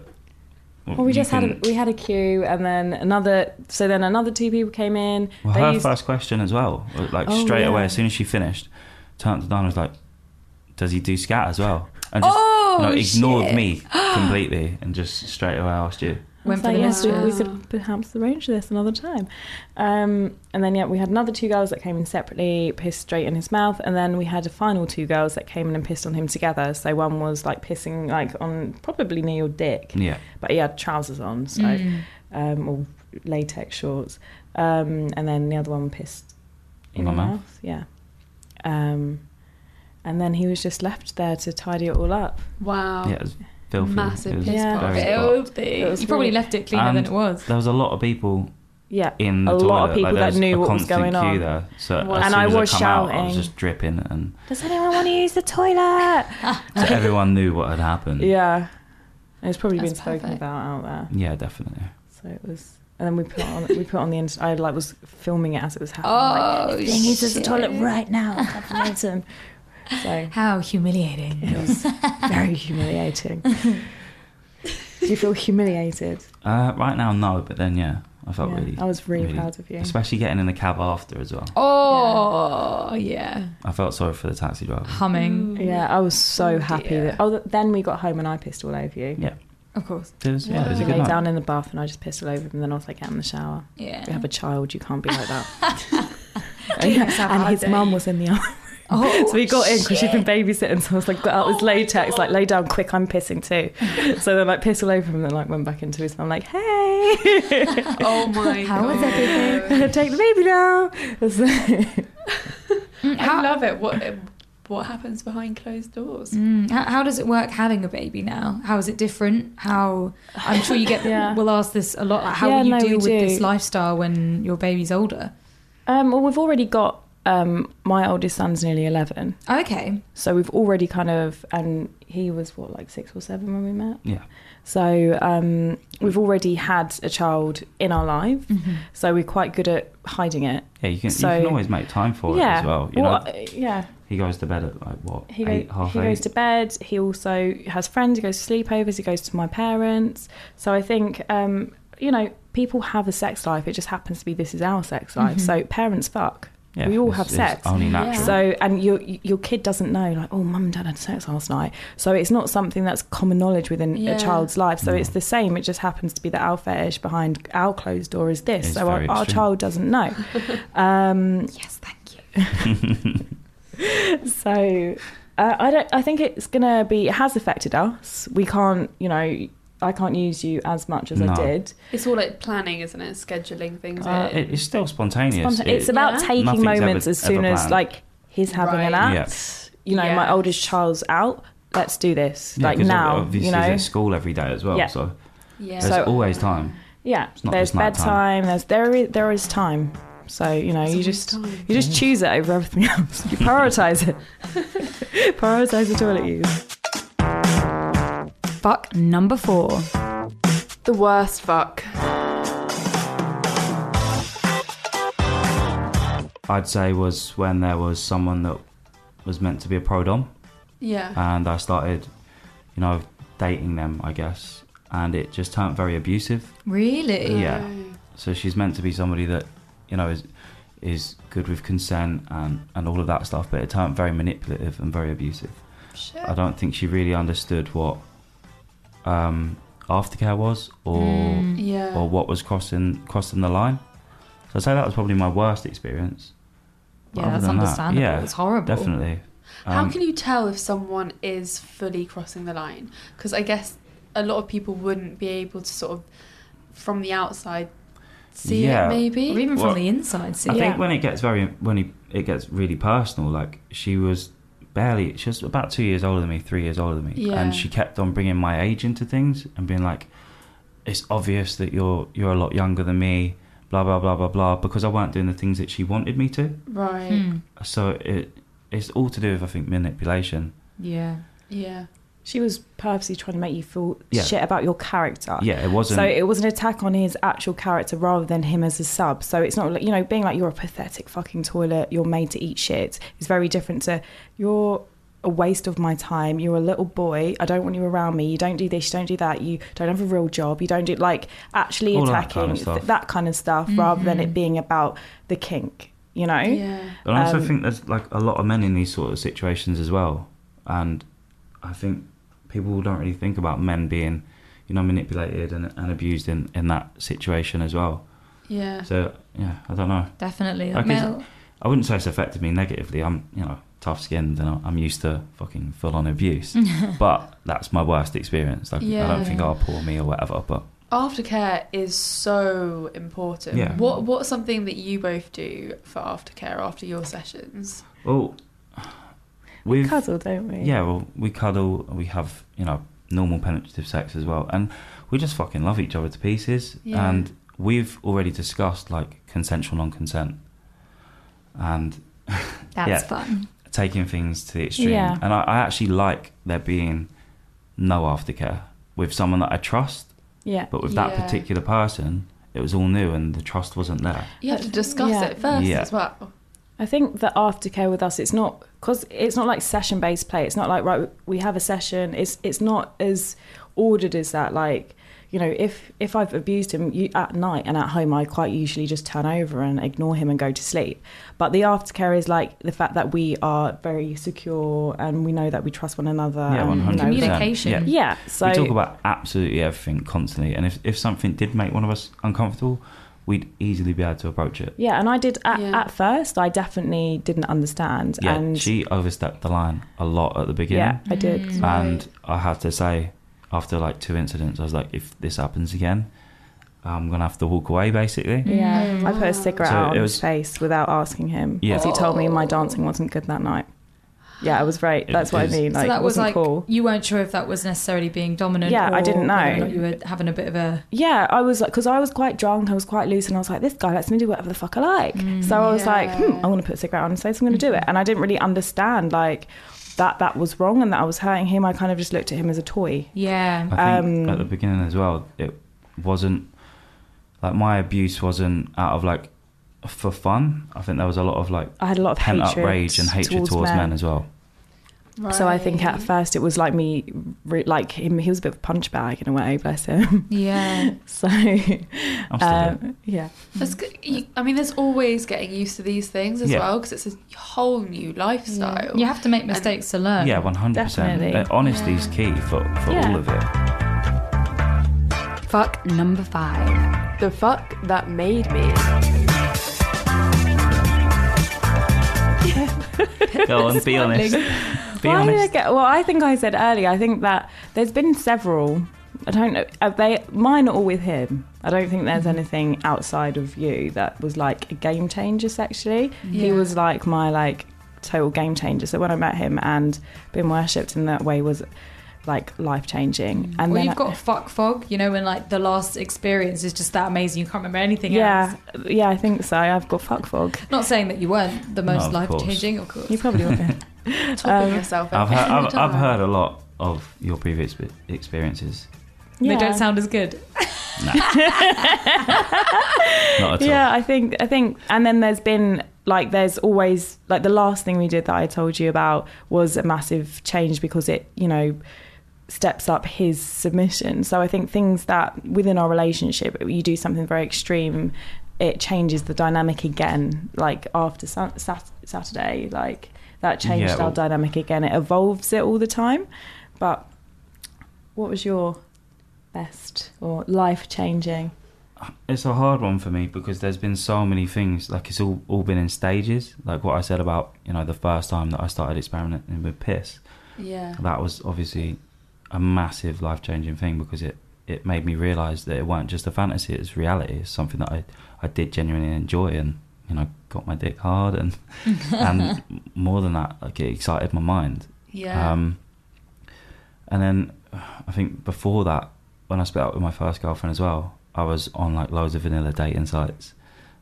F: Well, we
E: you
F: just had a,
E: can-
F: we had a queue, and then another. So then another two people came in.
E: Well,
F: They
E: her
F: used-
E: first question as well, was, like
F: Oh,
E: straight away,
F: yeah.
E: as soon as she finished, turned to Donna and was like, "Does he do scat as well?" And just
F: Oh,
E: you know, ignored me completely and just straight away asked you.
H: Went
F: I
H: for the
F: was like,
H: monster.
F: yes, we, we could perhaps arrange this another time. Um, and then yeah, we had another two girls that came in separately, pissed straight in his mouth, and then we had a final two girls that came in and pissed on him together. So one was like pissing like on probably near your dick,
E: Yeah,
F: but he had trousers on, so um, or latex shorts, um, and then the other one pissed in
E: My
F: my
E: mouth?
F: mouth. Yeah, um, and then he was just left there to tidy it all up. Oh,
C: wow.
E: yeah, it was filthy.
C: Massive
E: It was
C: piss
F: Yeah.
E: very
F: pocket.
E: hot.
H: You
F: was
H: probably
F: really-
H: left it cleaner than
E: And
H: it was.
E: There was a lot of people
F: Yeah,
E: in the
F: a
E: toilet.
F: lot of people
E: like, there
F: that knew
E: a
F: what was
E: constant
F: going
E: queue
F: on.
E: There. So
C: Wow.
E: as
F: And
E: soon
F: I
E: as
F: was
E: I come out, I was
F: shouting.
E: just dripping, and
F: Does anyone want to use the toilet?
E: so everyone knew what had happened.
F: Yeah. It's probably
H: That's
F: been spoken
H: perfect.
F: about out there.
E: Yeah, definitely.
F: So it was and then we put on we put on the inst- I like was filming it as it was happening.
H: Oh,
F: like, "Everything is just
H: shit.
F: toilet right now. That's amazing." so
H: How humiliating.
F: it was very humiliating. Do you feel humiliated?
E: Uh, right now, no, but then yeah, I felt
F: Yeah,
E: really.
F: I was really proud of you.
E: Especially getting in the cab after as well.
H: Oh, yeah.
E: I felt sorry for the taxi driver.
H: Humming.
F: Yeah, I was so
H: Oh,
F: happy.
H: dear.
F: That, oh, th- then we got home and I pissed all over you.
E: Yeah.
H: Of course.
E: It was, yeah, it was
F: I
E: a good
F: lay
E: night.
F: down in the bath and I just pissed all over him. And then I was like, get in the shower.
H: Yeah.
F: You have a child, you can't be like that.
H: Yes, I've
F: and
H: had
F: his
H: that.
F: mum was in the arm.
H: Oh,
F: so we got in because she'd been babysitting. So I was like, got out this latex, like, lay down quick, I'm pissing too. so then, like, pissed all over him and then, like, went back into his mum, like, hey,
C: Oh my
D: How was
C: god.
D: everything?
F: take the baby now. So-
C: I love it. What what happens behind closed doors?
H: Mm, how, how does it work having a baby now? How is it different? How I'm sure you get
F: Yeah.
H: we'll ask this a lot. Like, how
F: Yeah,
H: will you
F: no, we
H: deal with
F: do.
H: this lifestyle when your baby's older?
F: um, well, we've already got um, my oldest son's nearly 11.
H: Okay,
F: So we've already kind of, and he was what, like six or seven when we met?
E: Yeah.
F: So um, we've already had a child in our life. So we're quite good at hiding it.
E: Yeah, you can,
F: So-
E: you can always make time for it
F: yeah.
E: as well. You
F: Well,
E: know,
F: uh, yeah.
E: he goes to bed at like what
F: He,
E: eight,
F: go-
E: half
F: he
E: eight.
F: goes to bed. He also has friends. He goes to sleepovers. He goes to my parents. So I think, um, you know, people have a sex life. It just happens to be this is our sex life. So parents fuck.
E: Yeah,
F: we all
E: it's-
F: have
E: it's
F: sex.
E: Only natural.
F: So, and your your kid doesn't know, like, oh, mum and dad had sex last night. So it's not something that's common knowledge within
H: Yeah.
F: a child's life. So
E: No.
F: it's the same. It just happens to be that our fetish behind our closed door is this.
E: It's
F: so our,
E: very
F: our
E: extreme.
F: child doesn't know. um,
H: yes, thank you.
F: so uh, I don't. I think it's gonna be. It has affected us. We can't. You know. I can't use you as much as I
E: No.
F: did.
C: It's all like planning, isn't it? Scheduling things.
F: Uh,
E: It- it's still spontaneous.
F: Spontan- it's about
C: Yeah.
F: taking
E: Nothing's ever-
F: moments as
E: ever
F: soon as
E: planned.
F: like he's having an
C: Right.
F: act.
E: Yeah.
F: You know, my
C: Yes.
F: oldest child's out. Let's do this
E: Yeah,
F: like
E: 'cause
F: now.
E: Obviously,
F: You
E: he's
F: know.
E: at school every day as well.
F: Yeah.
E: So
C: yeah.
E: there's
F: So-
E: always time.
F: Yeah.
E: not
F: There's
E: just night
F: bedtime.
E: time.
F: There's there is there is time. So you know you
C: always
F: just
C: time.
F: you just choose it over everything else. You prioritize it. prioritize the toilet use.
D: Fuck number four.
G: The worst fuck.
E: I'd say was when there was someone that was meant to be a pro dom,
C: yeah.
E: and I started, you know, dating them, I guess, and it just turned very abusive.
H: Really?
E: Yeah. So she's meant to be somebody that, you know, is is good with consent and and all of that stuff, but it turned very manipulative and very abusive.
C: Shit.
E: I don't think she really understood what um, aftercare was or
H: Hmm.
C: Yeah.
E: or what was crossing crossing the line. So I'd say that was probably my worst experience. But
H: Yeah,
E: other
H: that's
E: than that,
H: understandable.
E: yeah,
H: it's horrible.
E: Definitely.
C: How
E: Um,
C: can you tell if someone is fully crossing the line? Because I guess a lot of people wouldn't be able to sort of, from the outside, see
E: Yeah.
C: it maybe.
H: Or even
E: Well,
H: from the inside, see.
E: I
H: Yeah.
E: think when it gets very when he, it gets really personal, like she was barely she was about two years older than me, three years older than me,
C: Yeah.
E: and she kept on bringing my age into things and being like, "It's obvious that you're you're a lot younger than me." Blah blah blah blah blah. Because I weren't doing the things that she wanted me to,
C: Right.
H: Hmm.
E: so it it's all to do with I think manipulation.
H: Yeah.
C: Yeah.
F: She was purposely trying to make you feel
E: Yeah.
F: shit about your character.
E: Yeah, it wasn't.
F: Uh, So it was an attack on his actual character rather than him as a sub. So it's not like, you know, being like you're a pathetic fucking toilet, you're made to eat shit is very different to you're a waste of my time, you're a little boy, I don't want you around me, you don't do this, you don't do that, you don't have a real job, you don't do like actually
E: All of that
F: attacking
E: kind of stuff.
F: that kind of stuff rather than it being about the kink, you know?
C: Yeah.
E: And I also
F: Um,
E: think there's like a lot of men in these sort of situations as well, and I think people don't really think about men being, you know, manipulated and, and abused in, in that situation as well.
C: Yeah.
E: So yeah, I don't know.
H: Definitely.
E: Okay,
H: Mel,
E: I wouldn't say it's affected me negatively. I'm you know tough skinned and I'm- I'm used to fucking full on abuse, but that's my worst experience. Like I
C: Yeah.
E: don't think I'll poor me or whatever, but
C: Aftercare is so important.
E: Yeah.
C: What What's something that you both do for aftercare after your sessions?
E: oh,
F: We
E: we've
F: cuddle, don't we?
E: yeah, well, we cuddle, we have, you know, normal penetrative sex as well. And we just fucking love each other to pieces.
C: Yeah.
E: And we've already discussed like consensual non consent and
H: that's
E: yeah.
H: fun.
E: taking things to the extreme.
F: Yeah.
E: And I, I actually like there being no aftercare with someone that I trust.
F: Yeah.
E: But with that
C: Yeah.
E: particular person, it was all new and the trust wasn't there.
C: You have to discuss
F: Yeah.
C: it first
E: Yeah.
C: as well.
F: I think that aftercare with us, it's not because it's not like session based play. It's not like right, we have a session. It's it's not as ordered as that. Like you know, if if I've abused him you, at night and at home, I quite usually just turn over and ignore him and go to sleep. But the aftercare is like the fact that we are very secure and we know that we trust one another.
E: Yeah,
F: and,
E: one
F: Um, you know,
E: hundred
H: Communication.
E: Yeah.
F: Yeah. So
E: we talk about absolutely everything constantly, and if, if something did make one of us uncomfortable, we'd easily be able to approach it.
F: yeah, and I did at,
C: Yeah.
F: at first. I definitely didn't understand.
E: Yeah,
F: and
E: she overstepped the line a lot at the beginning,
F: yeah, I did.
E: and I had to say, after like two incidents, I was like, if this happens again, I'm gonna have to walk away, basically.
H: Mm.
F: Yeah, I put a cigarette
E: So
F: out
E: it
F: on
E: was-
F: his face without asking him
E: Yeah.
F: because he told me my dancing wasn't good that night. Yeah, it was right.
E: It
F: That's what
E: is-
F: I mean. Like,
H: so that
F: it
H: was
F: wasn't
H: like
F: cool.
H: you weren't sure if that was necessarily being dominant.
F: Yeah, I
H: or
F: didn't know.
H: whether or not You were having a bit of a
F: Yeah, I was like, because I was quite drunk, I was quite loose, and I was like, this guy lets me do whatever the fuck I like.
H: Mm.
F: so I was like, hmm, I'm gonna put a cigarette on his face, I'm gonna
H: Mm-hmm.
F: do it, and I didn't really understand like that that was wrong and that I was hurting him. I kind of just looked at him as a toy.
H: yeah.
E: I think
F: Um,
E: at the beginning as well, it wasn't like my abuse wasn't out of like for fun. I think there was a lot of like
F: I had a lot of
E: pent up
F: hatred
E: rage and hatred towards, men. as well.
F: So I think at first it was like me, re- like him. He was a bit of a punch bag in a way, bless him.
H: Yeah.
F: So,
E: I'm still here.
F: um, yeah,
C: That's good. You, I mean, there's always getting used to these things as
E: Yeah.
C: well 'cause well because it's a whole new lifestyle.
H: You have to make mistakes to learn.
E: Yeah, one hundred percent.
F: Oh,
E: Uh,
F: Definitely.
E: Honesty is key for, for
F: Yeah.
E: all of it.
D: Fuck number five.
G: The fuck that made me.
E: Go on, be honest. be
F: Why did I
E: honest.
F: get, well, I think I said earlier. I think that there's been several. I don't know. Are they mine are all with him. I don't think there's
H: Mm-hmm.
F: anything outside of you that was like a game changer sexually. He
H: Yeah.
F: was like my like total game changer. So when I met him and been worshipped in that way was like life changing.
H: Mm.
F: And
H: well,
F: then
H: you've got fuck fog, you know, when like the last experience is just that amazing, you can't remember anything
F: yeah,
H: else.
F: yeah. I think so. I've got fuck fog.
H: Not saying that you weren't the
E: No,
H: most
E: of
H: life changing, of course.
F: You probably will. be.
G: Topping yourself.
E: I've
G: every
E: heard, I've, I've
G: time.
E: heard a lot of your previous bi- experiences.
H: They
F: Yeah.
H: don't sound as good.
E: Not at all.
F: Yeah, I think I think, and then there's been like there's always like the last thing we did that I told you about was a massive change because it you know steps up his submission. So I think things that within our relationship you do something very extreme, it changes the dynamic again. Like after sa- sat- Saturday, like that changed
E: Yeah, well-
F: our dynamic again. It evolves it all the time. But what was your best or life changing?
E: It's a hard one for me because there's been so many things. Like it's all, all been in stages. Like what I said about you know the first time that I started experimenting with piss.
C: yeah.
E: that was obviously a massive life changing thing because it, it made me realise that it weren't just a fantasy, it's reality. It's something that I, I did genuinely enjoy and, you know, got my dick hard and and more than that, like it excited my mind.
C: Yeah.
E: Um and then I think before that, when I split up with my first girlfriend as well, I was on like loads of vanilla dating sites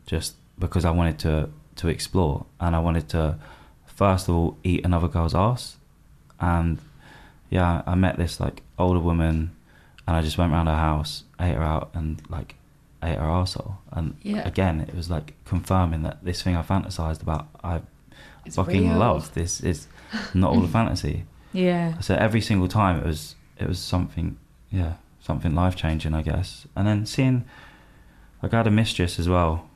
E: just because I wanted to to explore and I wanted to first of all eat another girl's ass and yeah, I met this like older woman, and I just went round her house, ate her out, and like ate her arsehole. And
C: Yeah.
E: again, it was like confirming that this thing I fantasized about, I
C: It's
E: fucking
C: real.
E: love. This is not all a fantasy.
H: Yeah.
E: So every single time it was it was something, yeah, something life changing, I guess. And then seeing, like, I had a mistress as well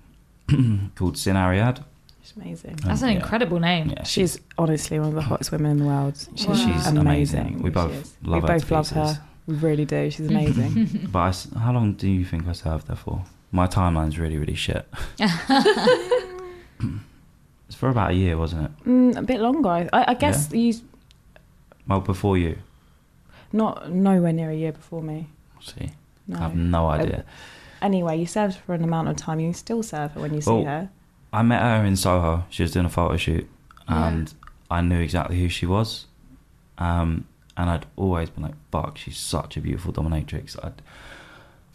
E: called Sin Ariad.
F: It's amazing.
H: That's an
E: Yeah.
H: incredible name.
E: Yeah, she-
F: She's honestly one of the hottest women in the world. She's,
H: Wow.
E: she's amazing. We both
F: She is.
E: love
F: we
E: her.
F: both
E: to
F: love
E: pieces.
F: her. We really do. She's amazing.
E: But I s how long do you think I served there for? My timeline's really, really shit. it's for about a year, wasn't it?
F: mm, a bit longer. I, I I guess you
E: Well, before you.
F: not nowhere near a year before me.
E: See,
F: No.
E: I have no idea.
F: Anyway, you served for an amount of time. You still serve her when you see
E: Oh.
F: her.
E: I met her in Soho. She was doing a photo shoot, and I knew exactly who she was. Um, and I'd always been like, "Fuck, she's such a beautiful dominatrix." I'd,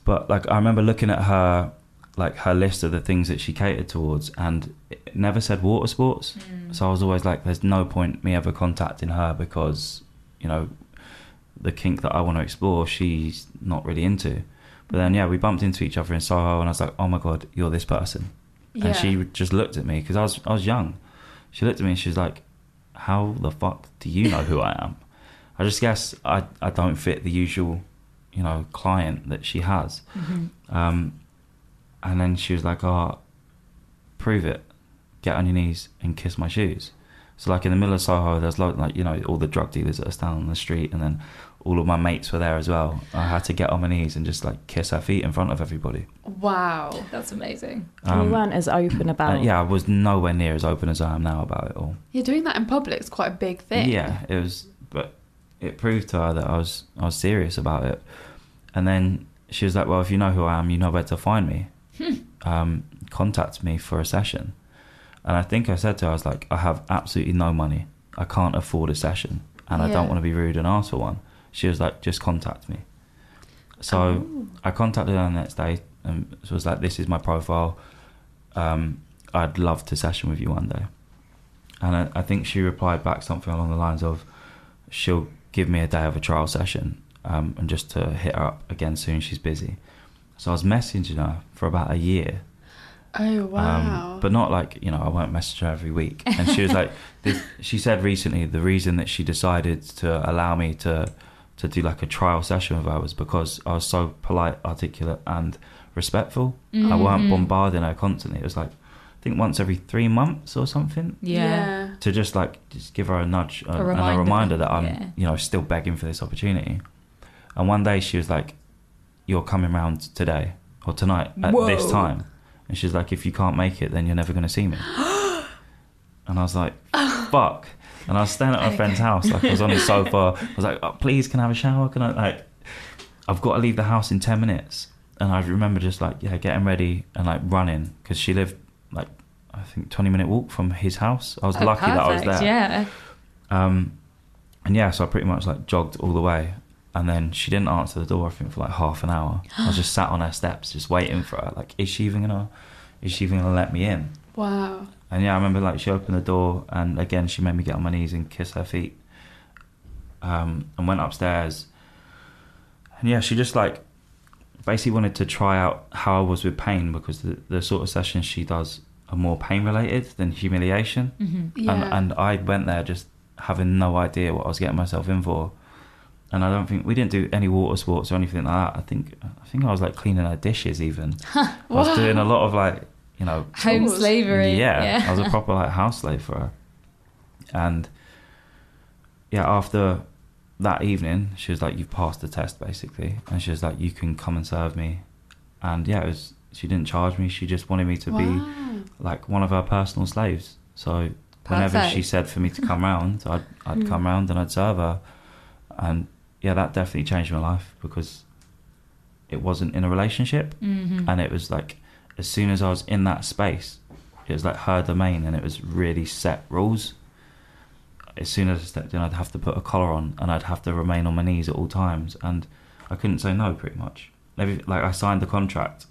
E: but like, I remember looking at her, like her list of the things that she catered towards, and it never said water sports. So I was always like, "There's no point me ever contacting her because, you know, the kink that I want to explore, she's not really into." But then, yeah, we bumped into each other in Soho, and I was like, "Oh my god, you're this person."
C: yeah.
E: and she just looked at me because I was I was young. She looked at me and she was like, "How the fuck do you know who I am?" I just guess I I don't fit the usual, you know client that she has,
F: Mm-hmm.
E: um, and then she was like, "Oh, prove it, get on your knees and kiss my shoes." So like in the middle of Soho, there's like, like you know all the drug dealers that are standing on the street, and then all of my mates were there as well. I had to get on my knees and just like kiss her feet in front of everybody.
C: Wow.
H: Oh, That's amazing.
F: you weren't as open
E: um, Uh,
F: about.
E: yeah, I was nowhere near as open as I am now about it all.
C: Yeah, doing that in public is quite a big thing.
E: Yeah, it was, but it proved to her that I was I was serious about it. And then she was like, "Well, if you know who I am, you know where to find me. um, contact me for a session." And I think I said to her, "I was like, I have absolutely no money. I can't afford a session, and I don't
C: Yeah.
E: want to be rude and ask for one." She was like, "Just contact me." So I contacted her the next day and was like, "This is my profile. Um, I'd love to session with you one day." And I, I think she replied back something along the lines of, "She'll give me a day of a trial session, um, and just to hit her up again soon. She's busy." So I was messaging her for about a year,
C: Oh wow.
E: um, but not like you know I won't message her every week. And she was like, this, she said recently the reason that she decided to allow me to to do like a trial session with her was because I was so polite, articulate, and respectful. I weren't bombarding her constantly. It was like I think once every three months or something
H: Yeah.
E: to just like just give her a nudge uh, and
H: reminder.
E: a reminder that I'm
H: Yeah.
E: you know still begging for this opportunity. And one day she was like, "You're coming round today or tonight at this
H: Whoa.
E: time," and she's like, "If you can't make it, then you're never going to see me." and I was like, "Fuck!" And I was standing at my friend's house, like I was on his sofa. I was like, oh, "Please, can I have a shower? Can I like?" I've got to leave the house in 10 minutes. And I remember just like, yeah, getting ready and like running because she lived like, I think 20 minute walk from his house. I was
H: Oh,
E: lucky that I was
H: perfect,
E: there.
H: Yeah.
E: Um, and yeah, so I pretty much like jogged all the way. And then she didn't answer the door, I think, for like half an hour. I was just sat on her steps, just waiting for her. Like, is she even gonna, is she even gonna let me in?
C: wow.
E: And yeah, I remember like she opened the door, and again she made me get on my knees and kiss her feet. Um, and went upstairs. And yeah, she just like basically wanted to try out how I was with pain because the, the sort of sessions she does are more pain related than humiliation.
C: Yeah.
E: And, and I went there just having no idea what I was getting myself in for. And I don't think we didn't do any water sports or anything like that. I think I think I was like cleaning her dishes even. I was doing a lot of like you know
H: Home
C: Tools.
H: slavery.
E: yeah, I was a proper like house slave for her. And yeah, after that evening, she was like, "You've passed the test, basically," and she was like, "You can come and serve me." And yeah, it was. She didn't charge me. She just wanted me to be like one of her personal slaves. So whenever she
H: Perfect.
E: said for me to come round, I'd I'd come round and I'd serve her. And yeah, that definitely changed my life because it wasn't in a relationship, and it was like as soon as I was in that space, it was like her domain, and it was really set rules. As soon as I stepped in, I'd have to put a collar on, and I'd have to remain on my knees at all times, and I couldn't say no. Pretty much, Every, like I signed the contract,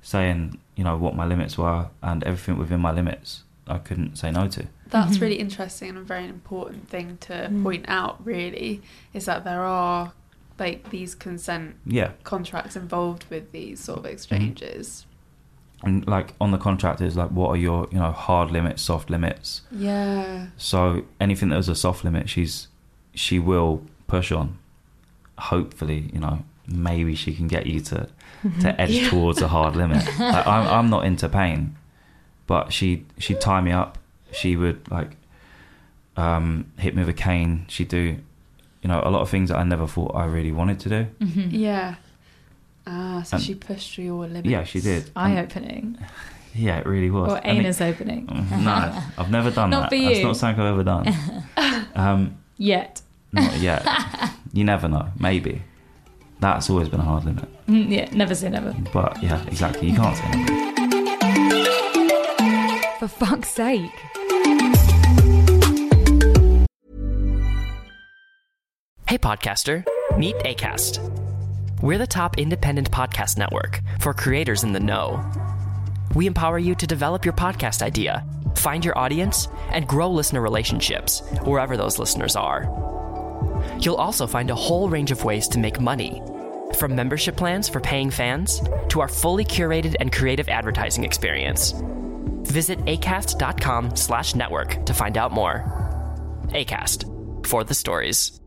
E: saying you know what my limits were, and everything within my limits, I couldn't say no to.
C: That's really interesting and a very important thing to point out really is that there are like these consent
E: Yeah,
C: contracts involved with these sort of exchanges.
E: and like on the contract, it was like what are your you know hard limits, soft limits,
C: Yeah.
E: So anything that was a soft limit, she's she will push on. Hopefully, you know, maybe she can get you to to edge towards a hard limit. Like, I'm I'm not into pain, but she she'd tie me up. She would like um, hit me with a cane. She'd do, you know, a lot of things that I never thought I really wanted to do.
C: Mm-hmm. Yeah. Ah, so
E: And-
C: she pushed through your limits.
E: Yeah, she did.
H: Eye opening
E: Yeah, it really was.
H: or
E: And it-
H: anus opening.
E: no, I've never done
H: Not
E: that.
H: for
E: That's
H: you.
E: not something I've ever done. um,
H: Yet.
E: Not yet. you never know. Maybe. That's always been a hard limit.
H: Mm, yeah. Never say never.
E: But yeah, exactly. You can't say no.
D: For fuck's sake.
B: Hey, podcaster, meet ACAST. We're the top independent podcast network for creators in the know. We empower you to develop your podcast idea, find your audience, and grow listener relationships wherever those listeners are. You'll also find a whole range of ways to make money. From membership plans for paying fans to our fully curated and creative advertising experience. Visit acast.com slash network to find out more. Acast for the stories.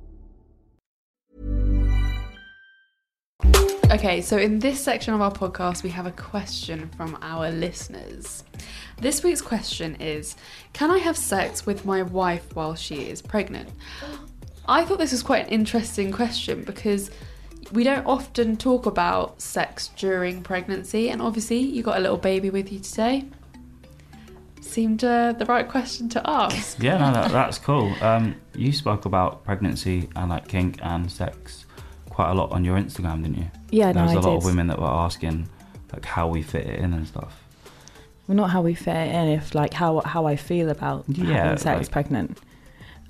C: Okay, so in this section of our podcast, we have a question from our listeners. This week's question is Can I have sex with my wife while she is pregnant? I thought this was quite an interesting question because we don't often talk about sex during pregnancy, and obviously, you got a little baby with you today. Seemed uh, the right question to ask.
E: Yeah, no, that, that's cool. Um, you spoke about pregnancy and like kink and sex quite a lot on your Instagram, didn't you?
F: Yeah,
E: there
F: no,
E: was a
F: I
E: lot
F: did.
E: of women that were asking like how we fit it in and stuff.
F: Well, not how we fit it in, if like how how I feel about
E: Yeah,
F: having sex
E: like-
F: pregnant.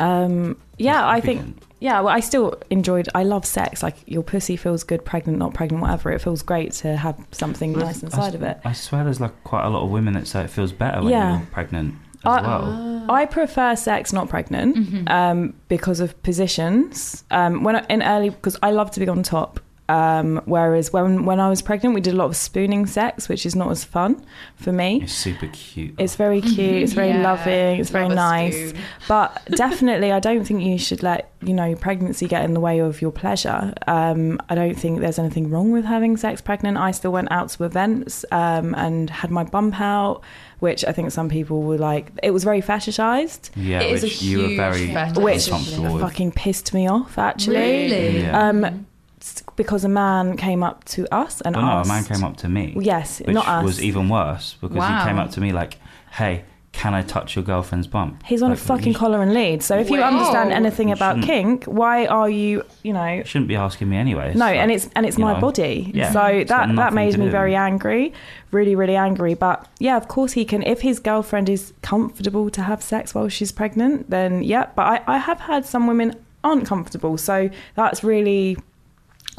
F: Um, yeah, I think
E: Vegan.
F: yeah. Well, I still enjoyed. I love sex. Like your pussy feels good, pregnant, not pregnant, whatever. It feels great to have something nice
E: I,
F: inside
E: s-
F: of it.
E: I swear, there's like quite a lot of women that say it feels better when
F: Yeah.
E: you're pregnant as
F: I-
E: well.
F: I prefer sex not pregnant um, because of positions. Um, when I, in early, because I love to be on top. Um, whereas when when I was pregnant, we did a lot of spooning sex, which is not as fun for me.
E: It's super cute.
F: It's very cute. It's very
C: Mm-hmm. Yeah,
F: loving. It's very
C: love a
F: nice.
C: spoon.
F: But definitely, I don't think you should let you know pregnancy get in the way of your pleasure. Um, I don't think there's anything wrong with having sex pregnant. I still went out to events um, and had my bump out, which I think some people were like. It was very fetishized,
E: yeah,
C: it is a
E: which you were
C: huge
E: very
C: fetish,
F: which
E: uncomfortable with.
F: fucking pissed me off actually.
H: Really?
E: Yeah.
F: Um, s- because a man came up to us and
E: Well, Oh, no, a
F: asked.
E: man came up to me.
F: Yes,
E: which
F: not us.
E: was even worse because he came
H: Wow.
E: up to me like, "Hey, can I touch your girlfriend's bump?"
F: He's on
E: Like,
F: a
E: you
F: fucking
E: sh-
F: collar and lead. So if you
C: Wow.
F: understand anything
E: You
F: about
E: shouldn't-
F: kink, why are you, you know,
E: you Shouldn't be asking me anyway.
F: no,
E: like,
F: and it's and it's
E: you
F: my
E: know,
F: body.
E: yeah,
F: So
E: it's got
F: that that
E: nothing
F: made
E: to
F: me
E: do.
F: very angry, really really angry. But yeah, of course he can. If his girlfriend is comfortable to have sex while she's pregnant, then yeah. But I I have had some women aren't comfortable, so that's really.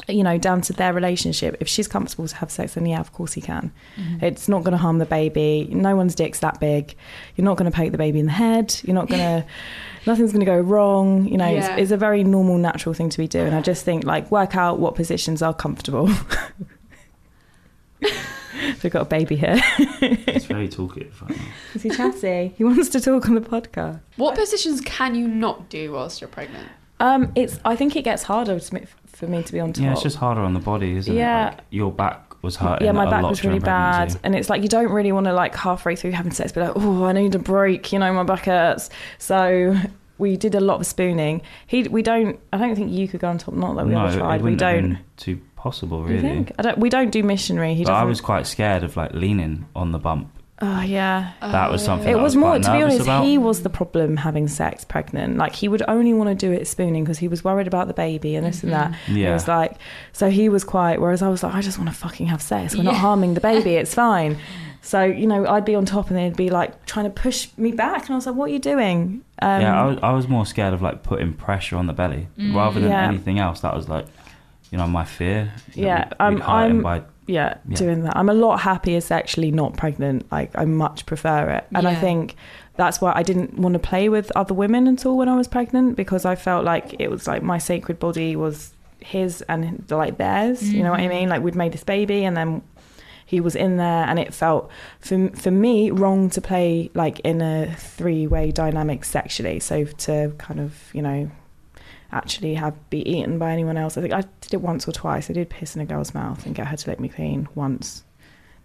F: You know, down to their relationship. If she's comfortable to have sex, then yeah, of course he can. It's not going to harm the baby. No one's dick's that big. You're not going to poke the baby in the head. You're not going to. nothing's going to go wrong. You know, it's-
C: Yeah.
F: it's, a very normal, natural thing to be doing. I just think like work out what positions are comfortable. We've got a baby here.
E: It's very talkative. right now.
F: Is he chatty? he wants to talk on the podcast.
C: What positions can you not do whilst you're pregnant?
F: Um, it's. I think it gets harder to, me- for me to be on top.
E: Yeah, it's just harder on the body, isn't
F: Yeah.
E: it? Like, your back was hurting.
F: yeah, my
E: a
F: back
E: lot
F: was really
E: during
F: bad,
E: pregnancy.
F: and it's like you don't really want to like halfway through having sex be like, oh, I need a break, you know, my back hurts. So we did a lot of spooning. He, we don't. I don't think you could go on top. Not that we
E: no,
F: ever
E: it
F: tried. We
E: wouldn't have
F: don't.
E: been too possible,
F: You
E: really.
F: think? I don't. We don't do missionary. He
E: but I
F: doesn't.
E: was quite scared of like leaning on the bump.
F: Oh yeah.
E: That was something.
F: It
E: that I was
F: was more,
E: quite
F: to be
E: nervous
F: honest,
E: about.
F: he was the problem having sex pregnant. Like, he would only want to do it spooning because he was worried about the baby and this and that. And It
E: Mm-hmm. Yeah.
F: was like, so he was quiet, whereas I was like, I just want to fucking have sex. We're not
H: Yeah.
F: harming the baby. It's fine. So, you know, I'd be on top and they'd be like trying to push me back. And I was like, what are you doing? Um, Mm,
E: yeah, I was, I was more scared of like putting pressure on the belly rather than
F: Yeah.
E: anything else. That was like, you know, my fear. that
F: Yeah,
E: we'd-
F: um,
E: we'd heighten
F: I'm-
E: by-
F: yeah,
E: Yeah.
F: doing that. I'm a lot happier sexually not pregnant. Like I much prefer it, and I
H: Yeah.
F: think that's why I didn't want to play with other women at all when I was pregnant because I felt like it was like my sacred body was his and like theirs. You know what I mean? Like we'd made this baby, and then he was in there, and it felt for for me wrong to play like in a three way dynamic sexually. So to kind of you know actually have be eaten by anyone else. I think I did it once or twice. I did piss in a girl's mouth and get her to lick me clean once.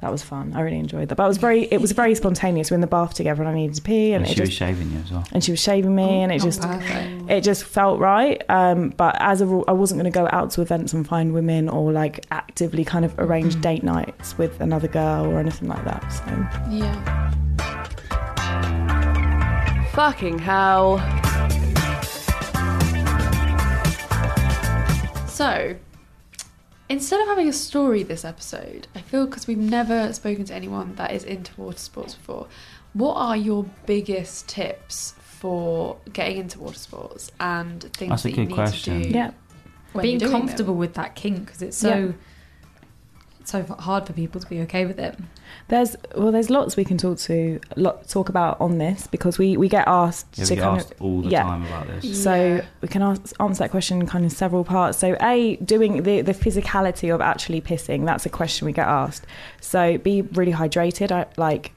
F: That was fun. I really enjoyed that. But it was very it was very spontaneous. We were in the bath together and I needed to pee and
E: and
F: it
E: she was
F: just
E: shaving you as well.
F: and she was shaving me and it
D: oh,
F: just it just felt right. Um, but as a rule, I wasn't going to go out to events and find women or like actively kind of arrange date nights with another girl or anything like that. So
C: Yeah.
G: Fucking hell.
C: So, instead of having a story this episode, I feel because we've never spoken to anyone that is into water sports before, what are your biggest tips for getting into water sports and things
E: That's a
C: that you
E: good
C: need
E: question.
C: to do?
F: yeah,
C: when
H: Being
C: you're doing them?
H: comfortable with that kink because it's so
F: Yeah.
H: it's so hard for people to be okay with it.
F: There's well, there's lots we can talk to, lot, talk about on this because we we get asked
E: Yeah,
F: to
E: we get
F: kind
E: asked
F: of
E: all the
F: yeah.
E: time about this.
F: So
C: Yeah.
F: we can ask, answer that question in kind of several parts. So a doing the the physicality of actually pissing. That's a question we get asked. So be really hydrated. I like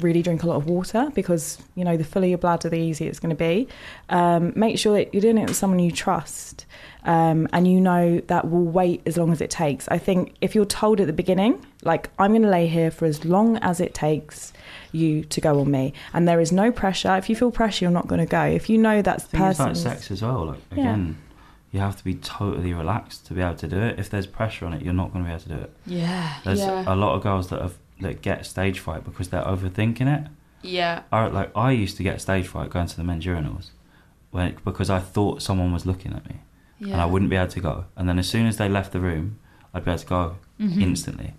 F: really drink a lot of water because you know the fuller your bladder, the easier it's going to be. Um, make sure that you're doing it with someone you trust um, and you know that will wait as long as it takes. I think if you're told at the beginning, like I'm going to lay here for as long as it takes you to go on me, and there is no pressure. If you feel pressure, you're not going to go. If you know that's the
E: Things
F: person.
E: like sex as well. Like again, you have to be totally relaxed to be able to do it. If there's pressure on it, you're not going to be able to do it.
H: Yeah.
E: There's
C: Yeah.
E: a lot of girls that have that get stage fright because they're overthinking it.
C: Yeah.
E: I like I used to get stage fright going to the men's urinals when because I thought someone was looking at me
C: Yeah.
E: and I wouldn't be able to go. And then as soon as they left the room, I'd be able to go
F: Mm-hmm.
E: instantly.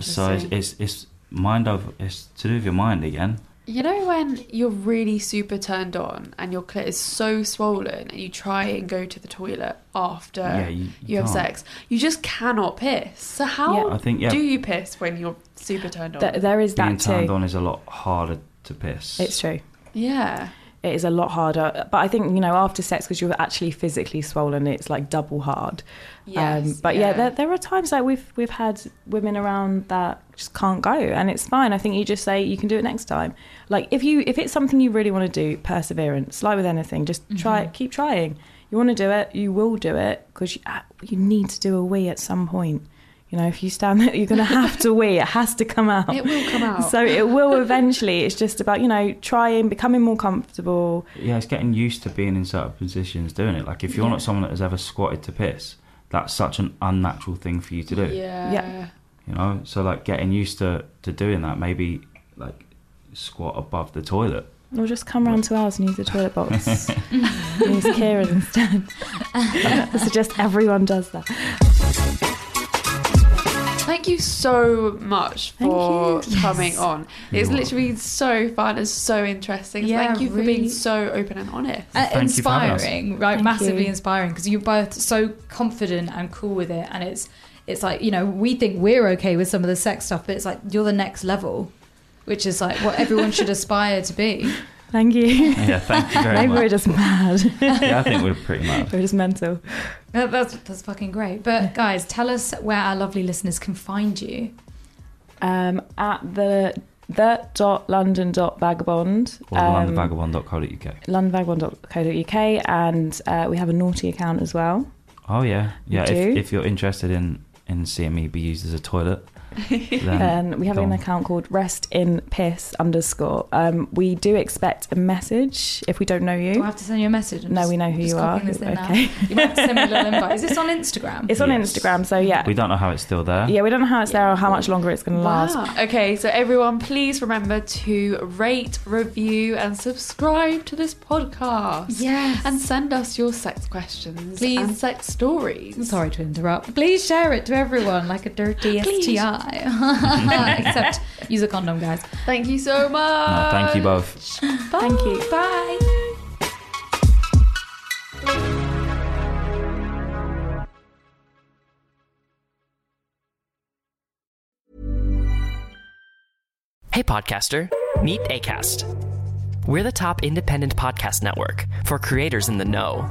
E: So it's,
C: Interesting.
E: it's it's mind over it's to do with your mind again.
C: You know when you're really super turned on and your clit is so swollen and you try and go to the toilet after
E: Yeah, you-
C: you,
E: you
C: have
E: can't.
C: sex, you just cannot piss. So how
E: Yeah. I think, yeah.
C: do you piss when you're super turned on?
F: Th- there is
E: Being
F: that
E: turned
F: too.
E: on is a lot harder to piss.
F: It's true.
C: yeah.
F: it is a lot harder. But I think you know after sex because you're actually physically swollen, it's like double hard. Um,
C: Yes,
F: but yeah,
C: yeah.
F: there, there are times like we've we've had women around that just can't go, and it's fine. I think you just say you can do it next time. Like if you if it's something you really want to do, perseverance. Like with anything, just
C: Mm-hmm.
F: try it. Keep trying. You want to do it, you will do it because you, ah, you need to do a wee at some point. You know, if you stand there, you're going to have to wee. It has to come out.
C: It will come out.
F: So it will eventually. It's just about you know trying, becoming more comfortable.
E: Yeah, it's getting used to being in certain positions doing it. Like if you're not someone that has ever squatted to piss, that's such an unnatural thing for you to do.
C: Yeah.
F: Yeah.
E: You know, so like getting used to to doing that, maybe like squat above the toilet.
F: Or just come round to ours and use the toilet box. use Kieran instead. I suggest everyone does that.
C: Thank you so much
F: Thank
C: for
F: you. Yes.
C: coming on. It's
E: You're
C: literally been so fun and so interesting.
H: Yeah,
C: Thank you for being
H: really-
C: so open and honest.
H: Uh,
E: Thank you for having us.
H: inspiring, right?
F: Thank
H: Massively
F: you.
H: inspiring because you're both so confident and cool with it, and it's it's like you know we think we're okay with some of the sex stuff, but it's like you're the next level, which is like what everyone should aspire to be.
F: Thank you.
E: Yeah, thank you very
F: Maybe Um, we're
E: much.
F: just mad.
E: Yeah, I think we're pretty mad.
F: we're just mental.
H: Uh, That's that's fucking great. But guys, tell us where our lovely listeners can find you.
F: Um, at the the dot London dot vagabond.
E: Or
F: um,
E: londonvagabond.co.uk.
F: londonvagabond.co.uk and uh, we have a naughty account as well.
E: Oh yeah, yeah.
F: do.
E: If, if you're interested in in seeing me be used as a toilet, then
F: And Um, we have
E: Mm. go
F: an
E: on.
F: account called rest in piss underscore. Um, we do expect a message if we don't know you.
D: Oh,
H: Do I have to send you a message? I'm
F: No,
H: just-
F: we know who
H: just
F: you are.
H: copying This in
F: Okay.
H: now. You might have to send me a little invite. Is this on Instagram?
F: It's on
E: Yes.
F: Instagram, so yeah.
E: We don't know how it's still there.
F: Yeah, we don't know how it's there or how much longer it's going to last.
C: Wow. Okay, so everyone, please remember to rate, review, and subscribe to this podcast.
H: Yes.
C: And send us your sex questions
H: Please.
C: and sex stories.
H: Sorry to interrupt. Please share it to everyone like a dirty STI. Except use a condom, guys.
C: Thank you so much.
E: No, thank you both.
F: Thank you.
H: Bye.
B: Hey, podcaster, meet ACAST. We're the top independent podcast network for creators in the know.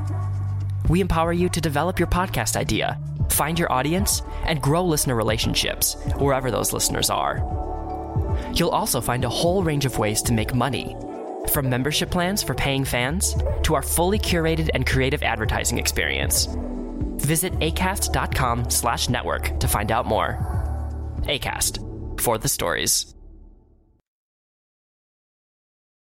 B: We empower you to develop your podcast idea, find your audience, and grow listener relationships wherever those listeners are. You'll also find a whole range of ways to make money from membership plans for paying fans to our fully curated and creative advertising experience. Visit acast.com/network to find out more. Acast for the stories.